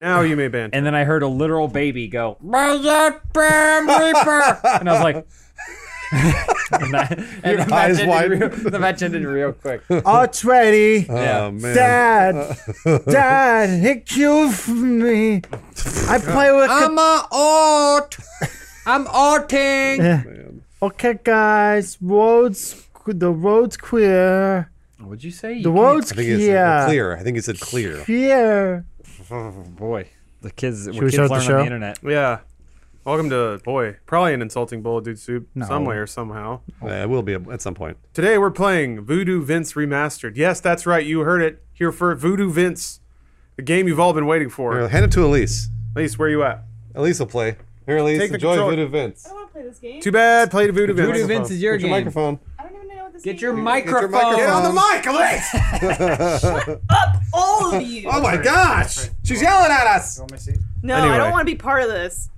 Now you may ban. And then I heard a literal baby go, Reaper! And I was like, and that, and the match eyes ended wide. Real, the match ended real quick. Already, Oh man. Dad, Dad, he killed me. I play with. Ah. a alt. I'm alting. Yeah. okay, guys, roads. The road's clear. What'd you say? The You road's I think it's uh, clear. clear. I think it said clear. Clear. can't- boy, the kids. Should we kids start the learn show? on the internet. Yeah. Welcome to boy, probably an insulting bowl of dude soup No. somewhere somehow. Uh, it will be at some point. Today we're playing Voodoo Vince Remastered. Yes, that's right. You heard it here for Voodoo Vince, the game you've all been waiting for. Here, hand it to Elise. Elise, where you at? Elise will play. Here, Elise, Take the enjoy controller. Voodoo Vince. I want to play this game. Too bad. Play the Voodoo Vince. Voodoo Vince is your Get your game. microphone. I don't even know what this Get game your is. microphone. microphone. on the mic, Elise. Up, all of you. Oh my gosh! She's yelling at us! no, Anyway. I don't want to be part of this.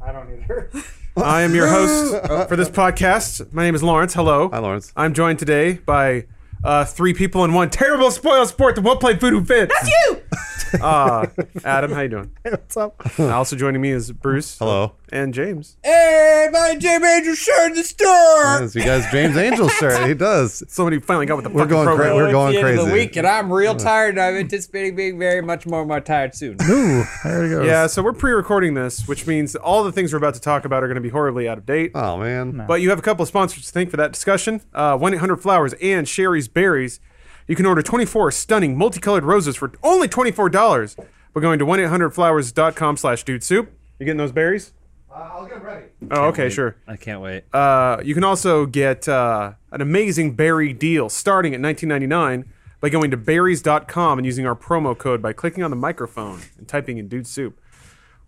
I am your host for this podcast. My name is Lawrence. Hello. Hi, Lawrence. I'm joined today by uh, three people in one terrible spoil sport that won't play Voodoo Vince. That's You! Uh, Adam, how you doing? What's up? also joining me is Bruce. Hello. And James. Hey, my James Angel shirt in the store! Yes, you guys, James Angel shirt. He does. Somebody finally got with the We're fucking going program. cra- we're It's going the end of crazy. the week, and I'm real tired. and I'm anticipating being very much more more tired soon. Ooh, there it goes. Yeah, so we're pre-recording this, which means all the things we're about to talk about are going to be horribly out of date. Oh man. But you have a couple of sponsors to thank for that discussion. Uh, One eight hundred flowers and Sherry's berries. You can order twenty four stunning multicolored roses for only twenty four dollars by going to one eight hundred flowers.com slash dude soup. You getting those berries? Uh, I'll get ready. Oh, okay, sure. I can't wait. Uh, you can also get uh, an amazing berry deal starting at nineteen ninety nine by going to berries.com and using our promo code by clicking on the microphone and typing in dude soup.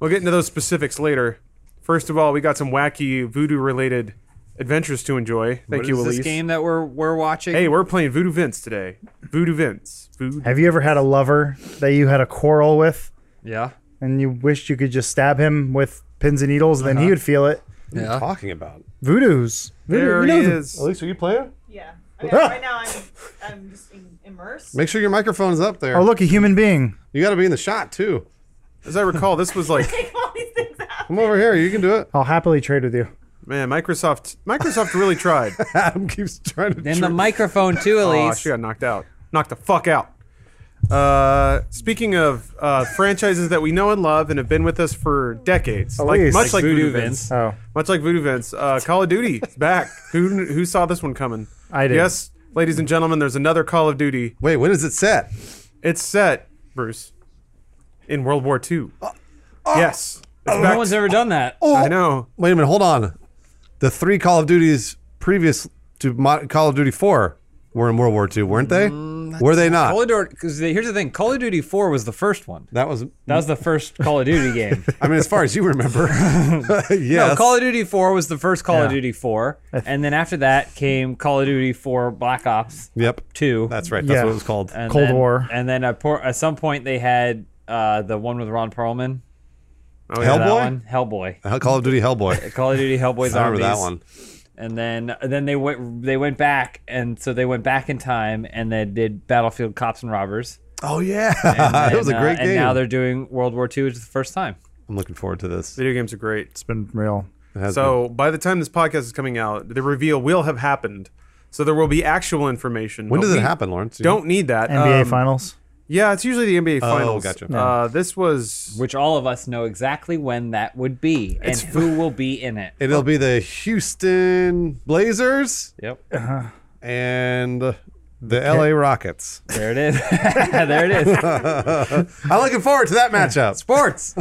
We'll get into those specifics later. First of all, we got some wacky voodoo related adventures to enjoy. Thank What you, is Elise. this game that we're we're watching? Hey, we're playing Voodoo Vince today. Voodoo Vince. Voodoo. Have you ever had a lover that you had a quarrel with yeah, and you wished you could just stab him with pins and needles and Uh-huh. then he would feel it? yeah. Talking about. Voodoo's. Voodoo, There you know he the- is. Elise, are you playing? Yeah. Okay, right now I'm, I'm just im- immersed. Make sure your microphone's up there. Oh, look, a human being. You gotta be in the shot too. As I recall, this was like, Take all these things out. Come over here, you can do it. I'll happily trade with you. man, Microsoft. Microsoft really tried. Adam keeps trying to And the tr- microphone too, Oh, Elise. she got knocked out. Knocked the fuck out. Uh, speaking of uh, franchises that we know and love and have been with us for decades, like, Elise. much like, Voodoo Voodoo Vince. Vince, Oh, much like Voodoo Vince, uh, Call of Duty is back. Who who saw this one coming? I did. Yes, ladies and gentlemen, there's another Call of Duty. Wait, when is it set? It's set, Bruce, in World War II. yes, it's no one's ever done that. Oh. I know. Wait a minute, hold on. The three Call of Duties previous to Mo- Call of Duty 4 were in World War II, weren't they? were they not? Mm, Call of Duty. Because here's the thing: Call of Duty Four was the first one. that was, That was the first Call of Duty game. I mean, as far as you remember. yes. No, Call of Duty Four was the first Call of Yeah. Duty Four, and then after that came Call of Duty Four Black Ops yep. Two. That's right. That's Yeah. what it was called. and Cold then- War. And then at, por- at some point they had uh, the one with Ron Perlman. Oh, yeah. Hell- That Hellboy? one, Hellboy. Uh, Call of Duty Hellboy. Call of Duty Hellboy Zombies. I remember that one. And then then they went they went back and so they went back in time and they did Battlefield Cops and Robbers. Oh, yeah. And it was a then, uh, great And game. now they're doing World War II, which is the first time. I'm looking forward to this. Video games are great. it's been real. It has So by the time this podcast is coming out, the reveal will have happened. So there will be actual information. been. when but does it we happen, Lawrence? You- Don't need that. NBA Um, Finals. Yeah, it's usually the NBA finals. gotcha. Uh, this was Which all of us know exactly when that would be and who will be in it. It'll be the Houston Blazers Yep. and the LA Rockets. There it is. there it is. I'm looking forward to that matchup. Sports.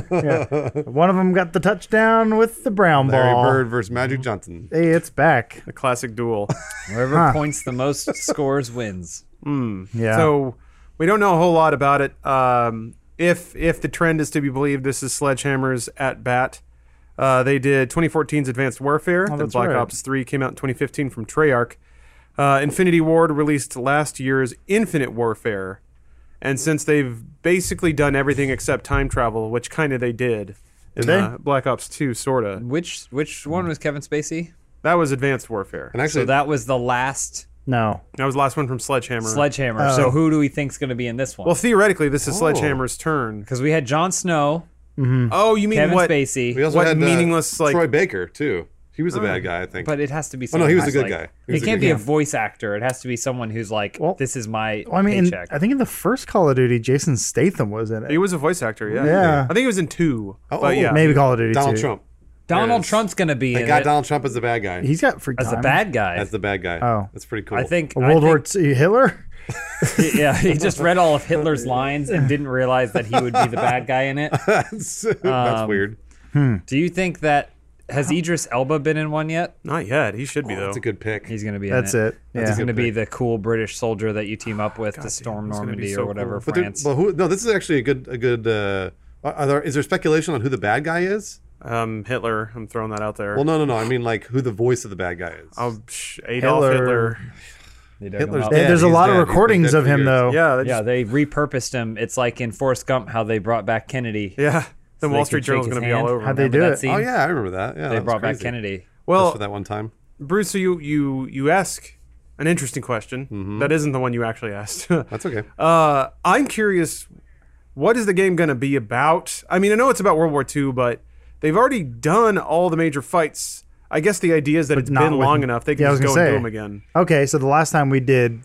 One of them got the touchdown with the brown Larry ball. Bird versus Magic Johnson. Hey, it's back. the classic duel. Whoever points the most scores wins. Yeah. So we don't know a whole lot about it. Um, if if the trend is to be believed, this is Sledgehammer's at bat. Uh, they did 2014's Advanced Warfare. then Oh, that's Black right. Ops 3 came out in 2015 from Treyarch. Uh, Infinity Ward released last year's Infinite Warfare. And since they've basically done everything except time travel, which kind of they did in they? uh, Black Ops 2, sort of, Which which one was Kevin Spacey? that was Advanced Warfare. And actually, So that was the last no. That was the last one from Sledgehammer. Oh. sledgehammer. so who do we think's going to be in this one? Well, theoretically, this is Sledgehammer's turn. Because we had Jon Snow, Hmm. Oh, you mean Kevin what? We Spacey. also What had uh, meaningless, like- Troy Baker too. He was a bad guy, I think. But it has to be. Oh, Someone no, he was a who's good like- guy. He was It a can't good be a guy. voice actor. It has to be someone who's like, Well- this is my Well, I mean, in, paycheck. I think in the first Call of Duty, Jason Statham was in He it. was a voice actor, yeah. Yeah. I think he was in two. Oh, but oh, yeah. Maybe Call of Duty. Donald 2. Trump. Donald is. Trump's gonna be They in got it Donald Trump as the bad guy. He's got free as the time. bad guy. as the bad guy. Oh. that's pretty cool. I think A I World think- War II Hitler. yeah, he just read all of Hitler's lines and didn't realize that he would be the bad guy in it. that's, that's weird. Do you think that has Idris Elba been in one yet? Not yet. He should be though. Oh, That's a good pick. He's gonna be. in That's it. Yeah. He's gonna be the cool British soldier that you team up with to storm it's gonna be Normandy so or whatever cool. but, there, France. but who? No, this is actually a good a good. Uh, are are there is there speculation on who the bad guy is? Um, Hitler. I'm throwing that out there. Well, no, no, no. I mean, like who the voice of the bad guy is. Oh, psh, Adolf Hitler. Hitler. They dug him Hitler's up. There- dead. There's a he's lot dead. He's of been recordings dead of for him years. though. Yeah. That's, Yeah, yeah. they repurposed him. It's like in Forrest Gump how they brought back Kennedy. Yeah. The they Wall could Street shake Journal's his going to be all hand. over. How'd him. they Remember do that it? scene? Oh yeah, I remember that. Yeah, They brought back Kennedy. Well, Well, for that one time. Bruce, so you you you ask an interesting question. Mm-hmm. That isn't the one you actually asked. That's okay. Uh, I'm curious, what is the game going to be about? I mean, I know it's about World War II, but they've already done all the major fights. I guess the idea is that it's not been with- long enough they can Yeah, I was just go gonna and do say. them again. Okay, so the last time we did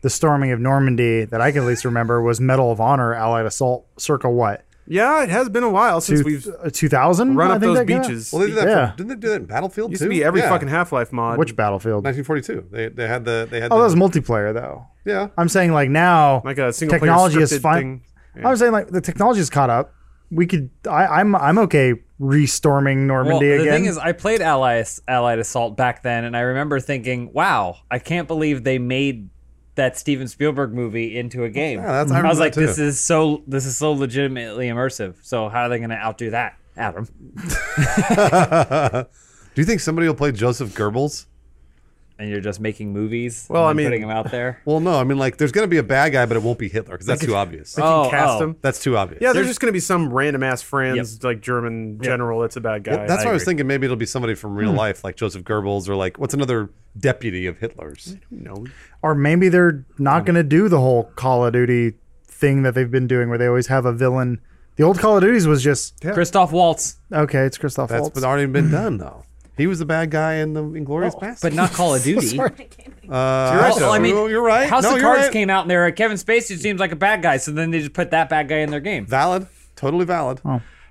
the storming of Normandy that I can at least remember was Medal of Honor Allied Assault circa what? Yeah, it has been a while since we've Two thousand? run up those beaches. Well, they did that. Yeah. For, didn't they do that in Battlefield used too? to be every Yeah. fucking Half Life mod. Which battlefield? 1942. They they had the they had. Oh, the, that was multiplayer though. yeah. I'm saying like now, Like a single player technology is scripted fine. thing. I was saying like the technology is caught up. We could. I, I'm I'm okay restorming Well, Normandy the again. thing is, I played Allied, Allied Assault back then, and I remember thinking, "Wow, I can't believe they made that Steven Spielberg movie into a game." Yeah, that's- I I, was remember like, that "This too. is so, this is so legitimately immersive." So how are they going to outdo that, Adam? Do you think somebody will play Joseph Goebbels? And you're just making movies. Well, and I then mean- putting them out there. Well, no. I mean, like, there's gonna be a bad guy, but it won't be Hitler because that's too obvious. You can Oh, cast oh. them. That's too obvious. Yeah, there's, just going to be some random ass friends, like German general that's a bad guy. That's what I was thinking. Maybe it'll be somebody from real life, like Joseph Goebbels, or like what's another deputy of Hitler's? No. or maybe they're not going to do the whole Call of Duty thing that they've been doing, where they always have a villain. The old Call of Duties was just Christoph Waltz, okay. It's Christoph That's Waltz. been already been done though. He was the bad guy in the Inglorious but Bastards. not Call of Duty. uh, You're right, Well, I mean, oh, you're right. House No, of you're Cards right. came out, and they were like, Kevin Spacey seems like a bad guy, so then they just put that bad guy in their game. Valid. Totally valid.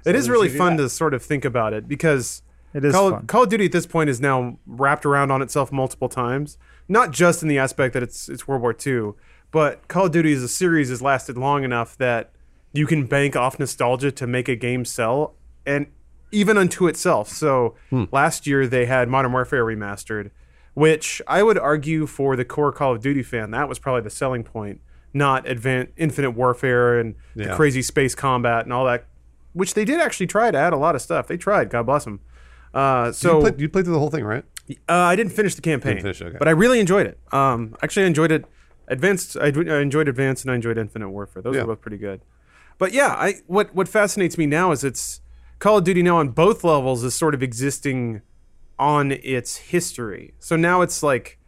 it is really fun to sort of think about it because It is Call, fun. Call of Duty at this point is now wrapped around on itself multiple times. Not just in the aspect that it's it's World War II, but Call of Duty as a series has lasted long enough that you can bank off nostalgia to make a game sell and even unto itself. So Hmm. last year they had Modern Warfare remastered, which I would argue for the core Call of Duty fan that was probably the selling point, not Advan- Infinite Warfare and Yeah. the crazy space combat and all that, which they did actually try to add a lot of stuff. They tried, God bless them. Uh, so You played, you played through the whole thing, right? uh, I didn't finish the campaign, finish it, okay. but I really enjoyed it. Um, actually, I enjoyed it. Advanced, I, d- I enjoyed Advanced, and I enjoyed Infinite Warfare. Those Yeah. were both pretty good. But yeah, I what what fascinates me now is it's Call of Duty now on both levels is sort of existing on its history. So now it's like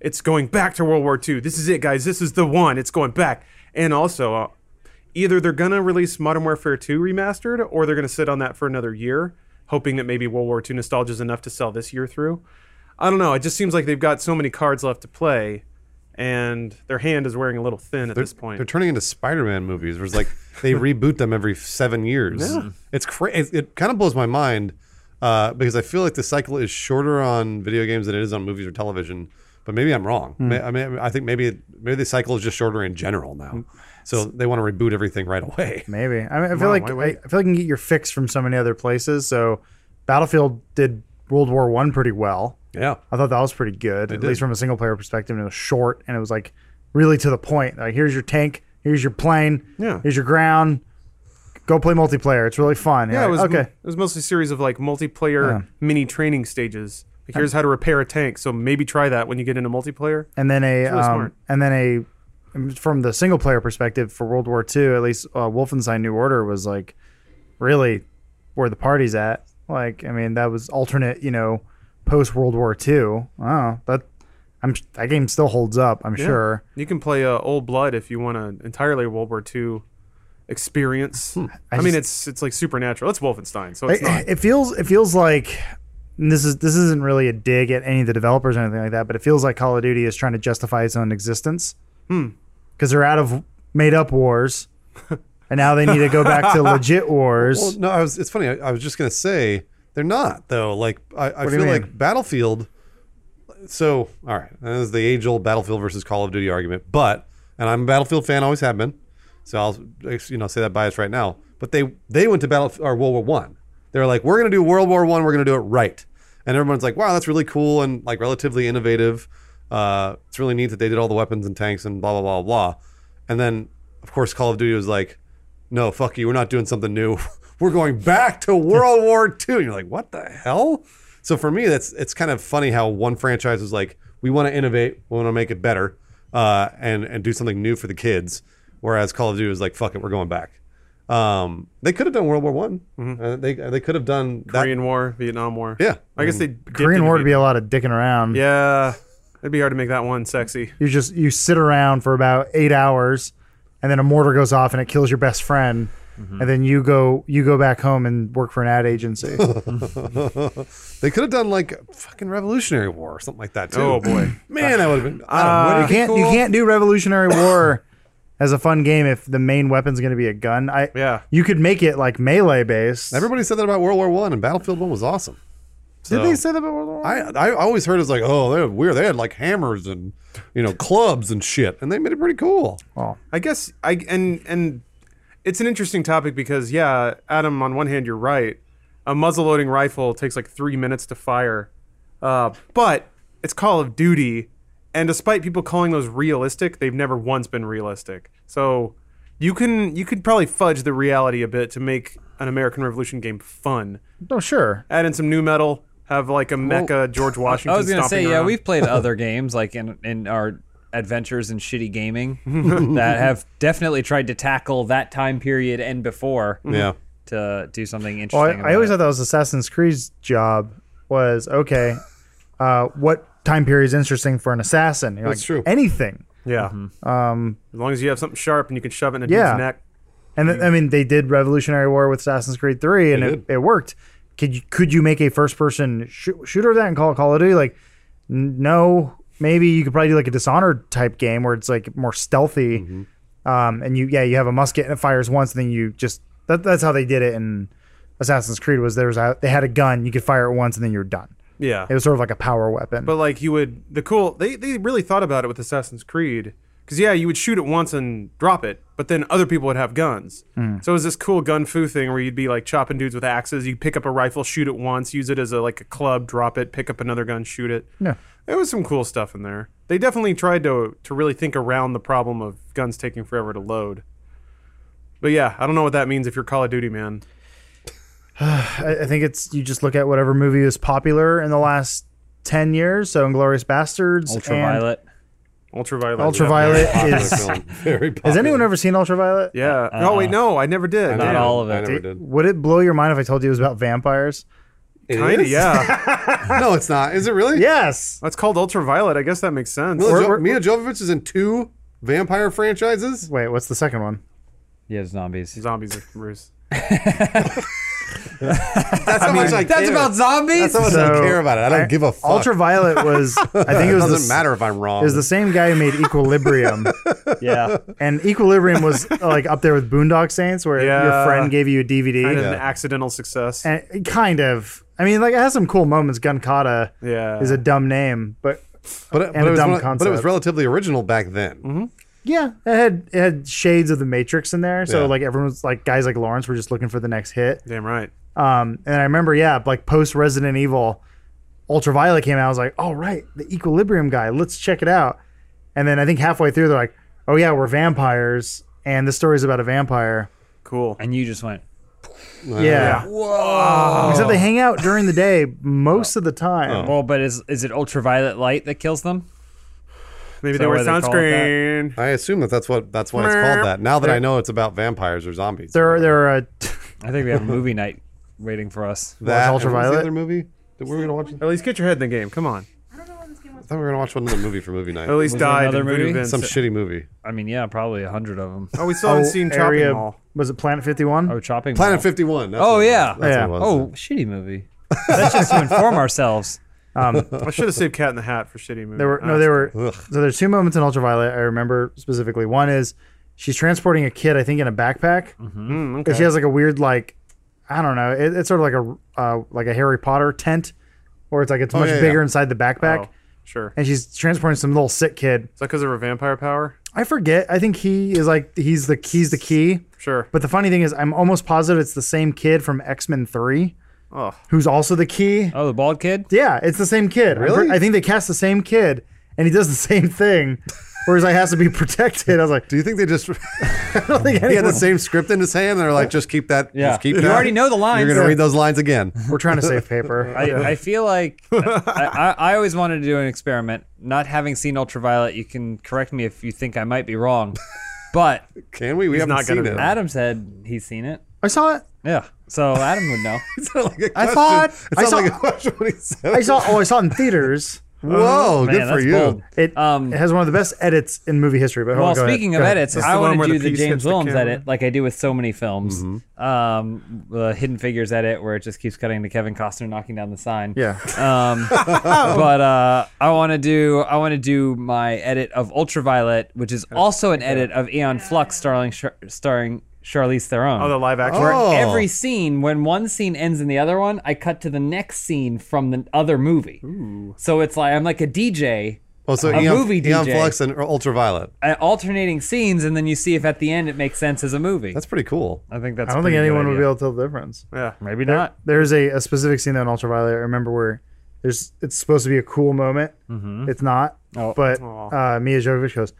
it's going back to World War II. This is it, guys. This is the one. It's going back. And also, uh, either they're gonna release Modern Warfare 2 remastered, or they're gonna sit on that for another year, hoping that maybe World War II nostalgia is enough to sell this year through. I don't know. It just seems like they've got so many cards left to play, and their hand is wearing a little thin at this point. They're turning into Spider-Man movies, where it's like they reboot them every seven years. It's crazy. It, it kind of blows my mind uh, because I feel like the cycle is shorter on video games than it is on movies or television. But maybe I'm wrong. Ma- I mean, I think maybe maybe the cycle is just shorter in general now. So they want to reboot everything right away. Maybe. I, mean, I feel Wow, like why I, wait? I feel like you can get your fix from so many other places. So, Battlefield did World War One pretty well. Yeah. I thought that was pretty good, at did. least from a single player perspective. And it was short, and it was like really to the point. Like, here's your tank, here's your plane, Yeah. here's your ground. Go play multiplayer. It's really fun. Yeah, You're it was like, okay. okay. it was mostly a series of like multiplayer Yeah. mini training stages. Like, here's how to repair a tank, so maybe try that when you get into multiplayer. and then a really um, smart. and then a um, from the single player perspective for World War II, at least uh, Wolfenstein New Order was like really where the party's at. Like, I mean, that was alternate, you know, post World War II. Oh, that I'm that game still holds up. I'm sure. You can play uh, Old Blood if you want an entirely World War II experience. I, Hmm. I mean, just- it's it's like supernatural. It's Wolfenstein, so it's not. It, it feels it feels like and this is this isn't really a dig at any of the developers or anything like that, but it feels like Call of Duty is trying to justify its own existence Hmm. because they're out of made up wars, and now they need to go back to legit wars. Well, no, I was. It's funny. I, I was just gonna say they're not though. Like I, I do you feel like mean? Battlefield. So all right, that is the age-old Battlefield versus Call of Duty argument. But and I'm a Battlefield fan, always have been. So I'll you know say that bias right now. But they they went to battle or World War One. They're like we're gonna do World War One. We're gonna do it right. And everyone's like, wow, that's really cool and like relatively innovative. Uh, it's really neat that they did all the weapons and tanks and blah blah blah blah. And then of course Call of Duty was like, no, fuck you. We're not doing something new. We're going back to World War II. And you're like, what the hell? So for me, that's it's kind of funny how one franchise is like, we want to innovate, we want to make it better, uh, and and do something new for the kids, whereas Call of Duty is like, fuck it, we're going back. Um, they could have done World War One. Uh, they they could have done that. Mm-hmm. Korean War, Vietnam War. Yeah. I guess they dipped Korean into War would be Vietnam. a lot of dicking around. Yeah, it'd be hard to make that one sexy. You just you sit around for about eight hours, and then a mortar goes off and it kills your best friend, Mm-hmm. and then you go you go back home and work for an ad agency. They could have done like fucking Revolutionary War or something like that too. Oh, boy. Uh, man, that would have been. I don't know, you would've been can't you cool. can't do Revolutionary War as a fun game if the main weapon's going to be a gun. I Yeah. You could make it like melee based. Everybody said that about World War One, and Battlefield One was awesome. Did So- they say that about World War? I I always heard it's like, oh, they're weird. They had like hammers and you know clubs and shit, and they made it pretty cool. Oh, I guess I and and it's an interesting topic because yeah, Adam, on one hand you're right. A muzzle-loading rifle takes like three minutes to fire, uh, but it's Call of Duty, and despite people calling those realistic, they've never once been realistic. So you can you could probably fudge the reality a bit to make an American Revolution game fun. no, sure. Add in some new metal, have like a mecha George Washington. I was gonna stomping say, yeah, around. we've played other games like in in our adventures in shitty gaming that have definitely tried to tackle that time period and before Yeah, to do something Well, interesting. Oh, I, I always about thought that was Assassin's Creed's job was okay. Uh, what time period is interesting for an assassin? You're That's like, true. Anything. yeah. Um, Mm-hmm. as long as you have something sharp and you can shove it in a Yeah. dude's neck. And th- I mean, they did Revolutionary War with Assassin's Creed Three, and They it, it worked. Could you could you make a first person shoo- shooter of that and call it Call of Duty? Like, n- no, maybe you could probably do like a Dishonored type game where it's like more stealthy, um, and you yeah you have a musket and it fires once, and then you just that, that's how they did it in Assassin's Creed was there was a, they had a gun you could fire it once and then you're done. Yeah. It was sort of like a power weapon. But like you would the cool they they really thought about it with Assassin's Creed because yeah you would shoot it once and drop it but then other people would have guns Hmm. so it was this cool gun foo thing where you'd be like chopping dudes with axes you pick up a rifle shoot it once use it as a like a club drop it pick up another gun shoot it Yeah. there was some cool stuff in there they definitely tried to to really think around the problem of guns taking forever to load but yeah I don't know what that means if you're Call of Duty man I, I think it's you just look at whatever movie is popular in the last ten years. So Inglorious Bastards, Ultraviolet. Ultraviolet Ultraviolet Popular is film. very. Popular. Has anyone ever seen Ultraviolet? yeah oh wait no I never did Uh-huh. Not Damn. all of I it. never did. Would it blow your mind if I told you it was about vampires? It kinda is? yeah no, it's not. Is it really? Yes. that's called Ultraviolet I guess that makes sense Mila, We're- jo- we're- Mila Jovovich is in two vampire franchises. Wait, what's the second one? Yeah, zombies. Zombies are Bruce. That's how much I That's care. about That's zombies. how much I So, care about it. I don't give a fuck. Ultraviolet was I think it it was the, doesn't s- matter if I'm wrong. It was the same guy who made Equilibrium, yeah, and Equilibrium was uh, like up there with Boondock Saints, where Yeah. your friend gave you a Kind DVD. of an accidental success. And it kind of. I mean, like it has some cool moments. Gun Kata yeah. is a dumb name, but but, it, but, a it was dumb one of- but it was concept. relatively original back then. yeah, it had it had shades of the Matrix in there. So Yeah. like everyone was like guys like Lawrence were just looking for the next hit. Damn right. Um, and I remember, yeah, like post Resident Evil, Ultraviolet came out. I was like, all right, the Equilibrium guy, let's check it out. And then I think halfway through, they're like, oh yeah, we're vampires, and the story's about a vampire. Cool. and you just went. Uh, Yeah. Whoa. Except they hang out during the day most of the time. Well, but is is it ultraviolet light that kills them? Maybe Is they that wear why they call it sunscreen. I assume that that's what that's why it's called that. Now that I know it's about vampires or zombies. There, are, there are. uh, I think we have a movie night waiting for us. that and what was the Ultraviolet. other movie that we were gonna watch. At least get your head in the game. Come on. I don't know what this game was. thought we were gonna watch one another movie for movie night. At least there died another in Voodoo movie? Vince. Some shitty movie. I mean, yeah, probably a hundred of them. Oh, we still haven't seen Chopping area, Mall. Was it Planet 51? Oh, chopping. Planet Mall. Fifty One. Oh, yeah. That's Yeah. What it was. Oh, shitty movie. That's just to inform ourselves. I should have saved Cat in the Hat for shitty movie. There were no, Ah, there were. Ugh. So there's two moments in Ultraviolet I remember specifically. One is she's transporting a kid, I think, in a backpack. mm, And okay. she has like a weird like I don't know. It, it's sort of like a uh, like a Harry Potter tent, where it's like it's much yeah, bigger yeah. inside the backpack, Oh, sure. and she's transporting some little sick kid. Is that because of her vampire power? I forget. I think he is like he's the he's the key. Sure. But the funny thing is, I'm almost positive it's the same kid from X Men Three, Oh, who's also the key. Oh, the bald kid. Yeah, it's the same kid. I'm Really? pre- I think they cast the same kid, and he does the same thing. Whereas I has to be protected. I was like, Do you think they just I don't think he had anyone. the same script in his hand? and They're like, just keep that. Yeah. Just keep You that. already know the lines. You're gonna Yeah. read those lines again. We're trying to save paper. I, I feel like I, I, I always wanted to do an experiment. Not having seen Ultraviolet, you can correct me if you think I might be wrong. But Can we? We haven't not seen gonna it. know. Adam said he's seen it. I saw it. Yeah, so Adam would know. It's not like a I question. thought- It's I not saw- like a question when he said. I saw. Oh, I saw it in theaters. Whoa, Man, good for that's you. bold. It, Um, it has one of the best edits in movie history. But hold Well, on, go ahead, speaking go of ahead. edits, That's the I one want to where the do the, piece hits James the Williams camera. edit, like I do with so many films. Um, the Hidden Figures edit, where it just keeps cutting to Kevin Costner knocking down the sign. yeah, Um, but uh, I want to do I want to do my edit of Ultraviolet, which is also an edit of Aeon Flux, starring Char- starring Charlize Theron. oh, the live action. Oh. Every scene, when one scene ends in the other one, I cut to the next scene from the other movie. So it's like I'm like a DJ Well, Oh, so A Eon, movie Eon DJ. Flux and Ultraviolet. uh, alternating scenes, and then you see if at the end it makes sense as a movie. That's pretty cool. I think that's. I don't think anyone would be able to tell the difference. Yeah. Maybe not. There's a, a specific scene though in Ultraviolet. I remember where there's it's supposed to be a cool moment. It's not. Oh. But Aw. uh, Mia Jovovich goes,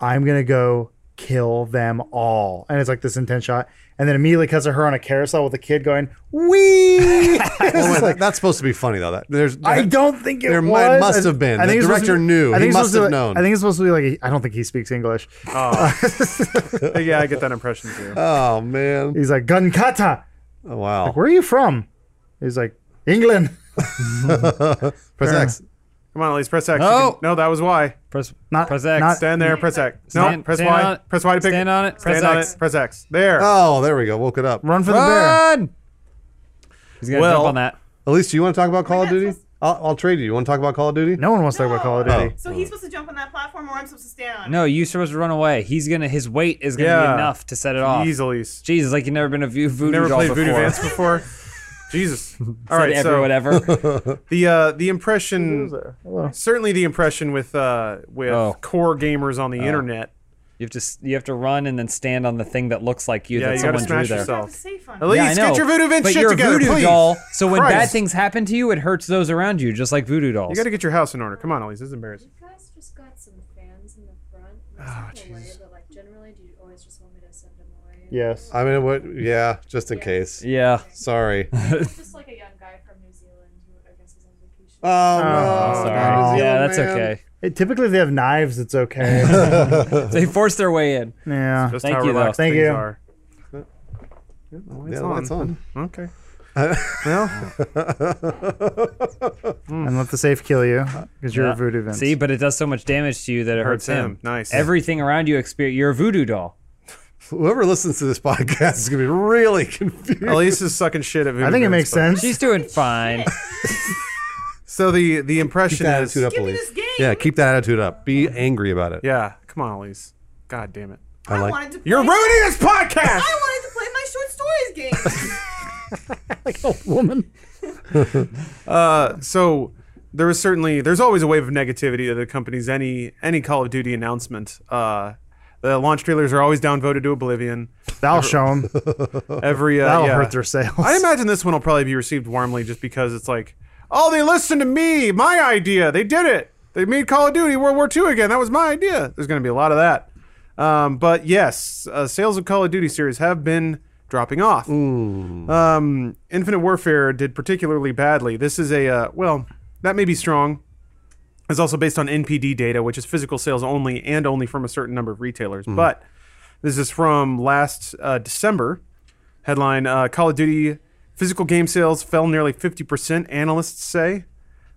"I'm gonna go kill them all," and it's like this intense shot, and then immediately cuts to her on a carousel with a kid going, "Wee!" Well, wait, that- that's supposed to be funny though. That there's I don't think it There was. might- must have been. The it's supposed to director be- knew. I He think it's must supposed to have be- known. I think it's supposed to be like. I don't think he speaks English. Uh, yeah, I get that impression too. Oh man! He's like Gunkata. Oh, wow. Where are you from? He's like England. Press X. Come on, at least press X. You No. can- no, that was Y. Press Not- press X. not- Stand there, press X. No, Stand- press stand on Y. it. Press Y to pick. Stand on it, press Stand on X. it, press X. There. Oh, there we go. Woke it up. Run for the bear. Run! He's gonna Well- jump on that. Elise, do you want to talk about Call of Oh God, Duty? this- I'll, I'll trade you. You want to talk about Call of Duty? No one wants to talk about Call of Oh. Duty. So he's supposed to jump on that platform, or I'm supposed to stand on it. No, you're supposed to run away. He's gonna. His weight is gonna Yeah. be enough to set it off. Easily. Jesus, like you've never been a vo- voodoo Never doll played before. Voodoo Vance before. Jesus. All Said right, ever, so whatever. the uh, the impression, Hello. certainly the impression with uh, with Oh. core gamers on the internet. You have to s- you have to run and then stand on the thing that looks like you Yeah, that you gotta someone drew smash there. yourself. I have a safe on it. Elise, Yeah, I know. get your Voodoo Vince but shit you're together, a voodoo please. doll, so when bad Christ. things happen to you, it hurts those around you, just like voodoo dolls. You got to get your house in order. Come on, Elise. This is embarrassing. You guys just got some fans in the front. Oh, Jesus. But like, generally, do you always just want me to send them away? Yes. I mean, what? Yeah, just in case. yeah. Sorry. Oh, It's just like a young guy from New Zealand who I guess is on vacation. no, Oh, Sorry. no. yeah, that's man. okay. Hey, typically, if they have knives, it's okay. They forced their way in. yeah. Just Thank how you, though. relaxed Ah, Thank things you. are. Yeah, the Yeah, light's the light's on. on. Okay. well, And let the safe kill you because you're Yeah. a voodoo Vince. See, but it does so much damage to you that it hurts, hurts him. Nice. Everything around you experience. You're a voodoo doll. Whoever listens to this podcast is gonna be really confused. Elise is sucking shit at Voodoo I think it Vince, makes but- sense. She's doing fine. So the the Keep impression that is, attitude up, Give me Elise. this game. Yeah, keep that attitude up. Be angry about it. yeah. Come on, Elise. God damn it. I, like- wanted to. Play, You're ruining this podcast. I wanted to play my short stories game. woman. Uh, so there is certainly there's always a wave of negativity that accompanies any any Call of Duty announcement. Uh, the launch trailers are always downvoted to oblivion. That'll show them. Every uh, That'll yeah. hurt their sales. I imagine this one will probably be received warmly just because it's like, oh, they listened to me, my idea. They did it. They made Call of Duty World War II again. That was my idea. There's going to be a lot of that. Um, but yes, uh, sales of Call of Duty series have been dropping off. Um, Infinite Warfare did particularly badly. This is a, uh, well, that may be strong. It's also based on NPD data, which is physical sales only and only from a certain number of retailers. Hmm. But this is from last uh, December. Headline uh, Call of Duty physical game sales fell nearly 50%, analysts say.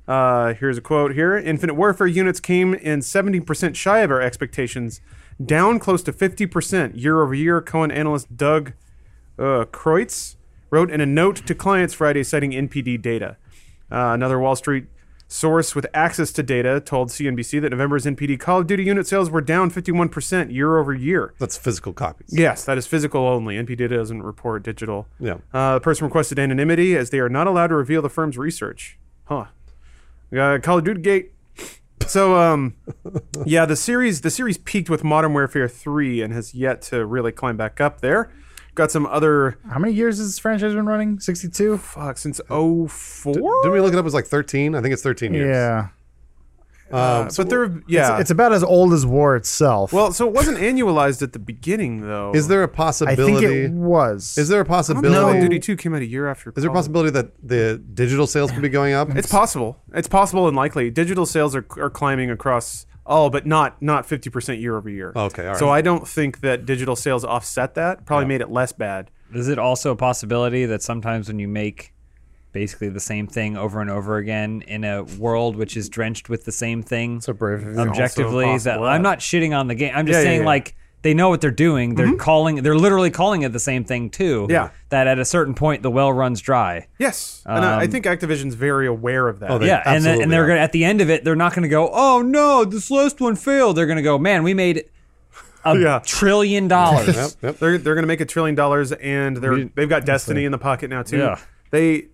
Uh, here's a quote here Infinite Warfare units came in 70% shy of our expectations, down close to 50% year over year. Cohen analyst Doug uh, Kreutz wrote in a note to clients Friday citing NPD data. Uh, another Wall Street source with access to data told CNBC that November's NPD Call of Duty unit sales were down 51% year over year. That's physical copies. Yes, that is physical only. NPD data doesn't report digital. Yeah. Uh, the person requested anonymity as they are not allowed to reveal the firm's research. Huh. We got a Call of Duty gate. So um, yeah, the series the series peaked with Modern Warfare three and has yet to really climb back up there. Got some other How many years has this franchise been running? 62? fuck since 04? Didn't we look it up? It was like 13. I think it's 13 years. Yeah. Um, Uh, but there yeah. It's, it's about as old as war itself. well, so it wasn't annualized at the beginning though. is there a I think possibility? it was. Is there a Call of possibility? Duty two came out a year after? Is there a possibility that the digital sales could be going up? It's possible. It's possible and likely. Digital sales are, are climbing across all, but not not fifty percent year over year. Okay, all right. So I don't think that digital sales offset that. Probably made it less bad. Is it also a possibility that sometimes when you make basically the same thing over and over again in a world which is drenched with the same thing so brave. of you. objectively Also that possible. I'm not shitting on the game. I'm just Yeah, yeah, saying yeah. like they know what they're doing. They're calling they're literally calling it the same thing too. Yeah. That at a certain point the well runs dry. Yes, and I, I Um, think Activision's very aware of that. Oh, they- yeah, and then, absolutely and they're are. gonna at the end of it, they're not gonna go, oh no, this last one failed. They're gonna go, man, we made a Yeah. trillion dollars. Yep, yep. They're they're going to make a trillion dollars, and they're didn't- they've got Destiny in the pocket now too. Yeah. They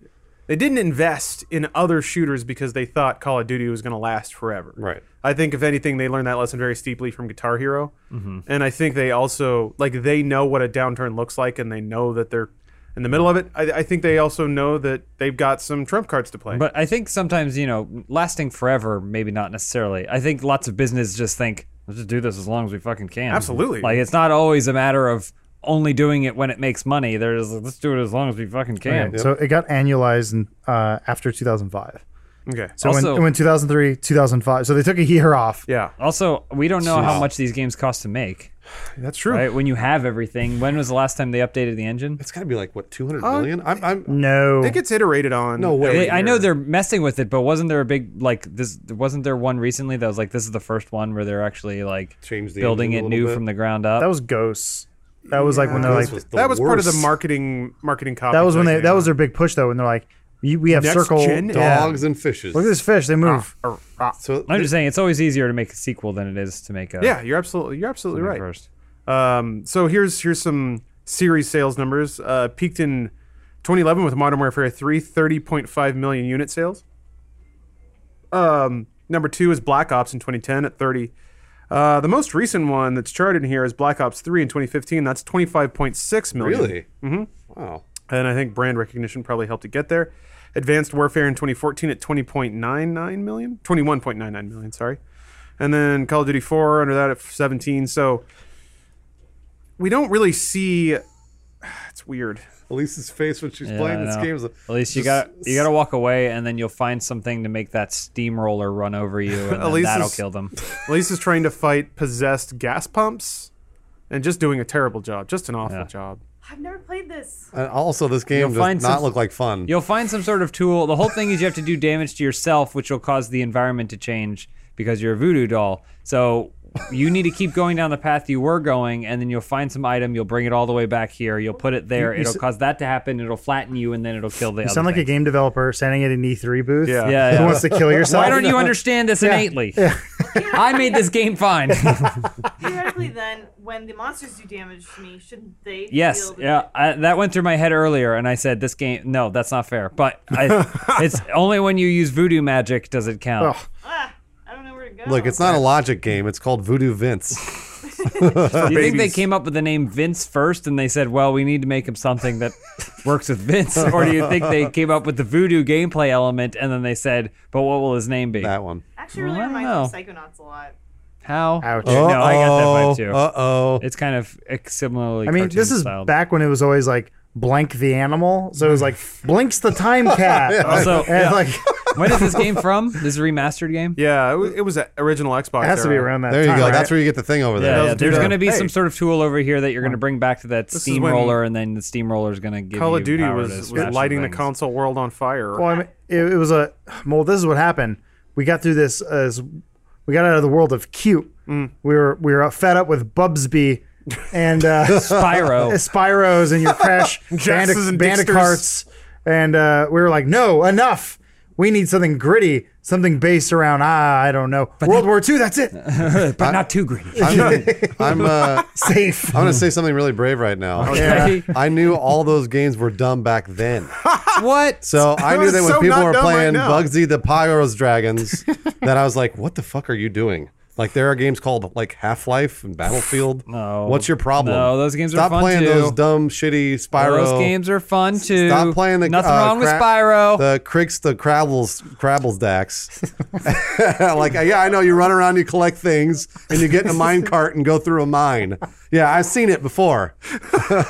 they didn't invest in other shooters because they thought Call of Duty was going to last forever. Right. I think if anything, they learned that lesson very steeply from Guitar Hero, and I think they also like they know what a downturn looks like, and they know that they're in the middle of it. I, I think they also know that they've got some trump cards to play. But I think sometimes, you know, lasting forever, maybe not necessarily. I think lots of business just think, let's just do this as long as we fucking can. Absolutely. Like, it's not always a matter of only doing it when it makes money. There's, let's do it as long as we fucking can. Okay, So it got annualized in, uh, after 2005. okay, So Also- when, when 2003, 2005. So they took a year off. yeah, Also, we don't know how much these games cost to make, that's true. right? When you have everything, when was the last time they updated the engine? It's got to be like, what, 200 Uh, million? I'm, I'm, No. I think it's iterated on. No way. every They, I know year. they're messing with it, but wasn't there a big like this? Wasn't there one recently that was like this is the first one where they're actually like Change the building it engine new a little bit. from the ground up? that was Ghosts. That was like when they're like, Ghosts was the that was part of the worst. marketing marketing copy. that was when they, came that out. was their big push though, when they're like, you- we have Next circle gen Yeah. dogs and fishes. Look at this fish, they move. So I'm just saying it's always easier to make a sequel than it is to make a yeah. You're absolutely you're absolutely right. first. Um, so here's here's some series sales numbers. Uh, peaked in 2011 with Modern Warfare 3, 30.5 million unit sales. Um, number two is Black Ops in 2010 at 30. Uh, the most recent one that's charted here is Black Ops 3 in 2015. That's 25.6 million. really? Mm-hmm. Wow. And I think brand recognition probably helped it get there. Advanced Warfare in 2014 at 20.99 million, 21.99 million, sorry. And then Call of Duty 4 under that at 17. So we don't really see. It's weird. Elise's face when she's Yeah, I playing this know. game. Is At least you got you got to walk away, and then you'll find something to make that steamroller run over you, and then least that'll it's- kill them. Elise is trying to fight possessed gas pumps and just doing a terrible job, just an awful Yeah. job. I've never played this. And also, this game does find not some- look like fun. You'll find some sort of tool. The whole thing is you have to do damage to yourself, which will cause the environment to change because you're a voodoo doll. So you need to keep going down the path you were going, and then you'll find some item. You'll bring it all the way back here. You'll put it there. it'll cause that to happen. It'll flatten you, and then it'll kill the. You sound like a game developer standing at an E3 booth. Yeah. Yeah, Who yeah. wants to kill yourself? Why don't you understand this innately? I made this game fine. Theoretically, then, when the monsters do damage to me, shouldn't they? Yes, deal with yeah, I, that went through my head earlier, and I said this game. No, that's not fair. But I, it's only when you use voodoo magic does it count. Ugh. Ah, I don't know where to go. Look, it's not a logic game. It's called Voodoo Vince. Do you think they babies. came up with the name Vince first, and they said, "Well, we need to make him something that works with Vince," or do you think they came up with the voodoo gameplay element, and then they said, "But what will his name be?" That one. Actually, really Well, I don't reminds me of Psychonauts a lot. How? Ouch. No, I got that vibe too. Uh oh. It's kind of eh, similarly. I mean, this cartoon is styled. back when it was always like blank the animal. So it was like blinks the time cat. Also, and like When is this game from? This remastered game? Yeah, it was, it was a original Xbox. It has to be era. around that There you time, go. right? That's where you get the thing over there. Yeah, yeah. was there's good. going to be Hey. some sort of tool over here that you're going to bring back to that is steamroller, and then the steamroller is going to give Call you of Duty power was, to was smash lighting the things. console world on fire. Well, I mean, it, it was a well. This is what happened. We got through this as we got out of the world of cute. Mm. We were we were fed up with Bubsby and uh, Spyro. Spyros and your Crash Jaxes Bandic- and Bandicarts, and uh, we were like, no, enough. We need something gritty, something based around ah, I don't know, World War II. That's it. but not too gritty. I'm, I'm, uh, Safe. I'm gonna say something really brave right now. Okay. I knew all those games were dumb back then. what? So I knew was that when so people not were dumb right playing now. Bugsy the Pyro's Dragons, that I was like, "What the fuck are you doing?" Like there are games called like Half Life and Battlefield. No. what's your problem? No, those games are Stop fun, playing too. those dumb, shitty Spyro Those games are fun too. Stop playing the nothing uh, wrong with cra- Spyro. The Cricks, the Crabbles, Crabbles Dax. like, yeah, I know you run around, you collect things, and you get in a mine cart and go through a mine. Yeah, I've seen it before.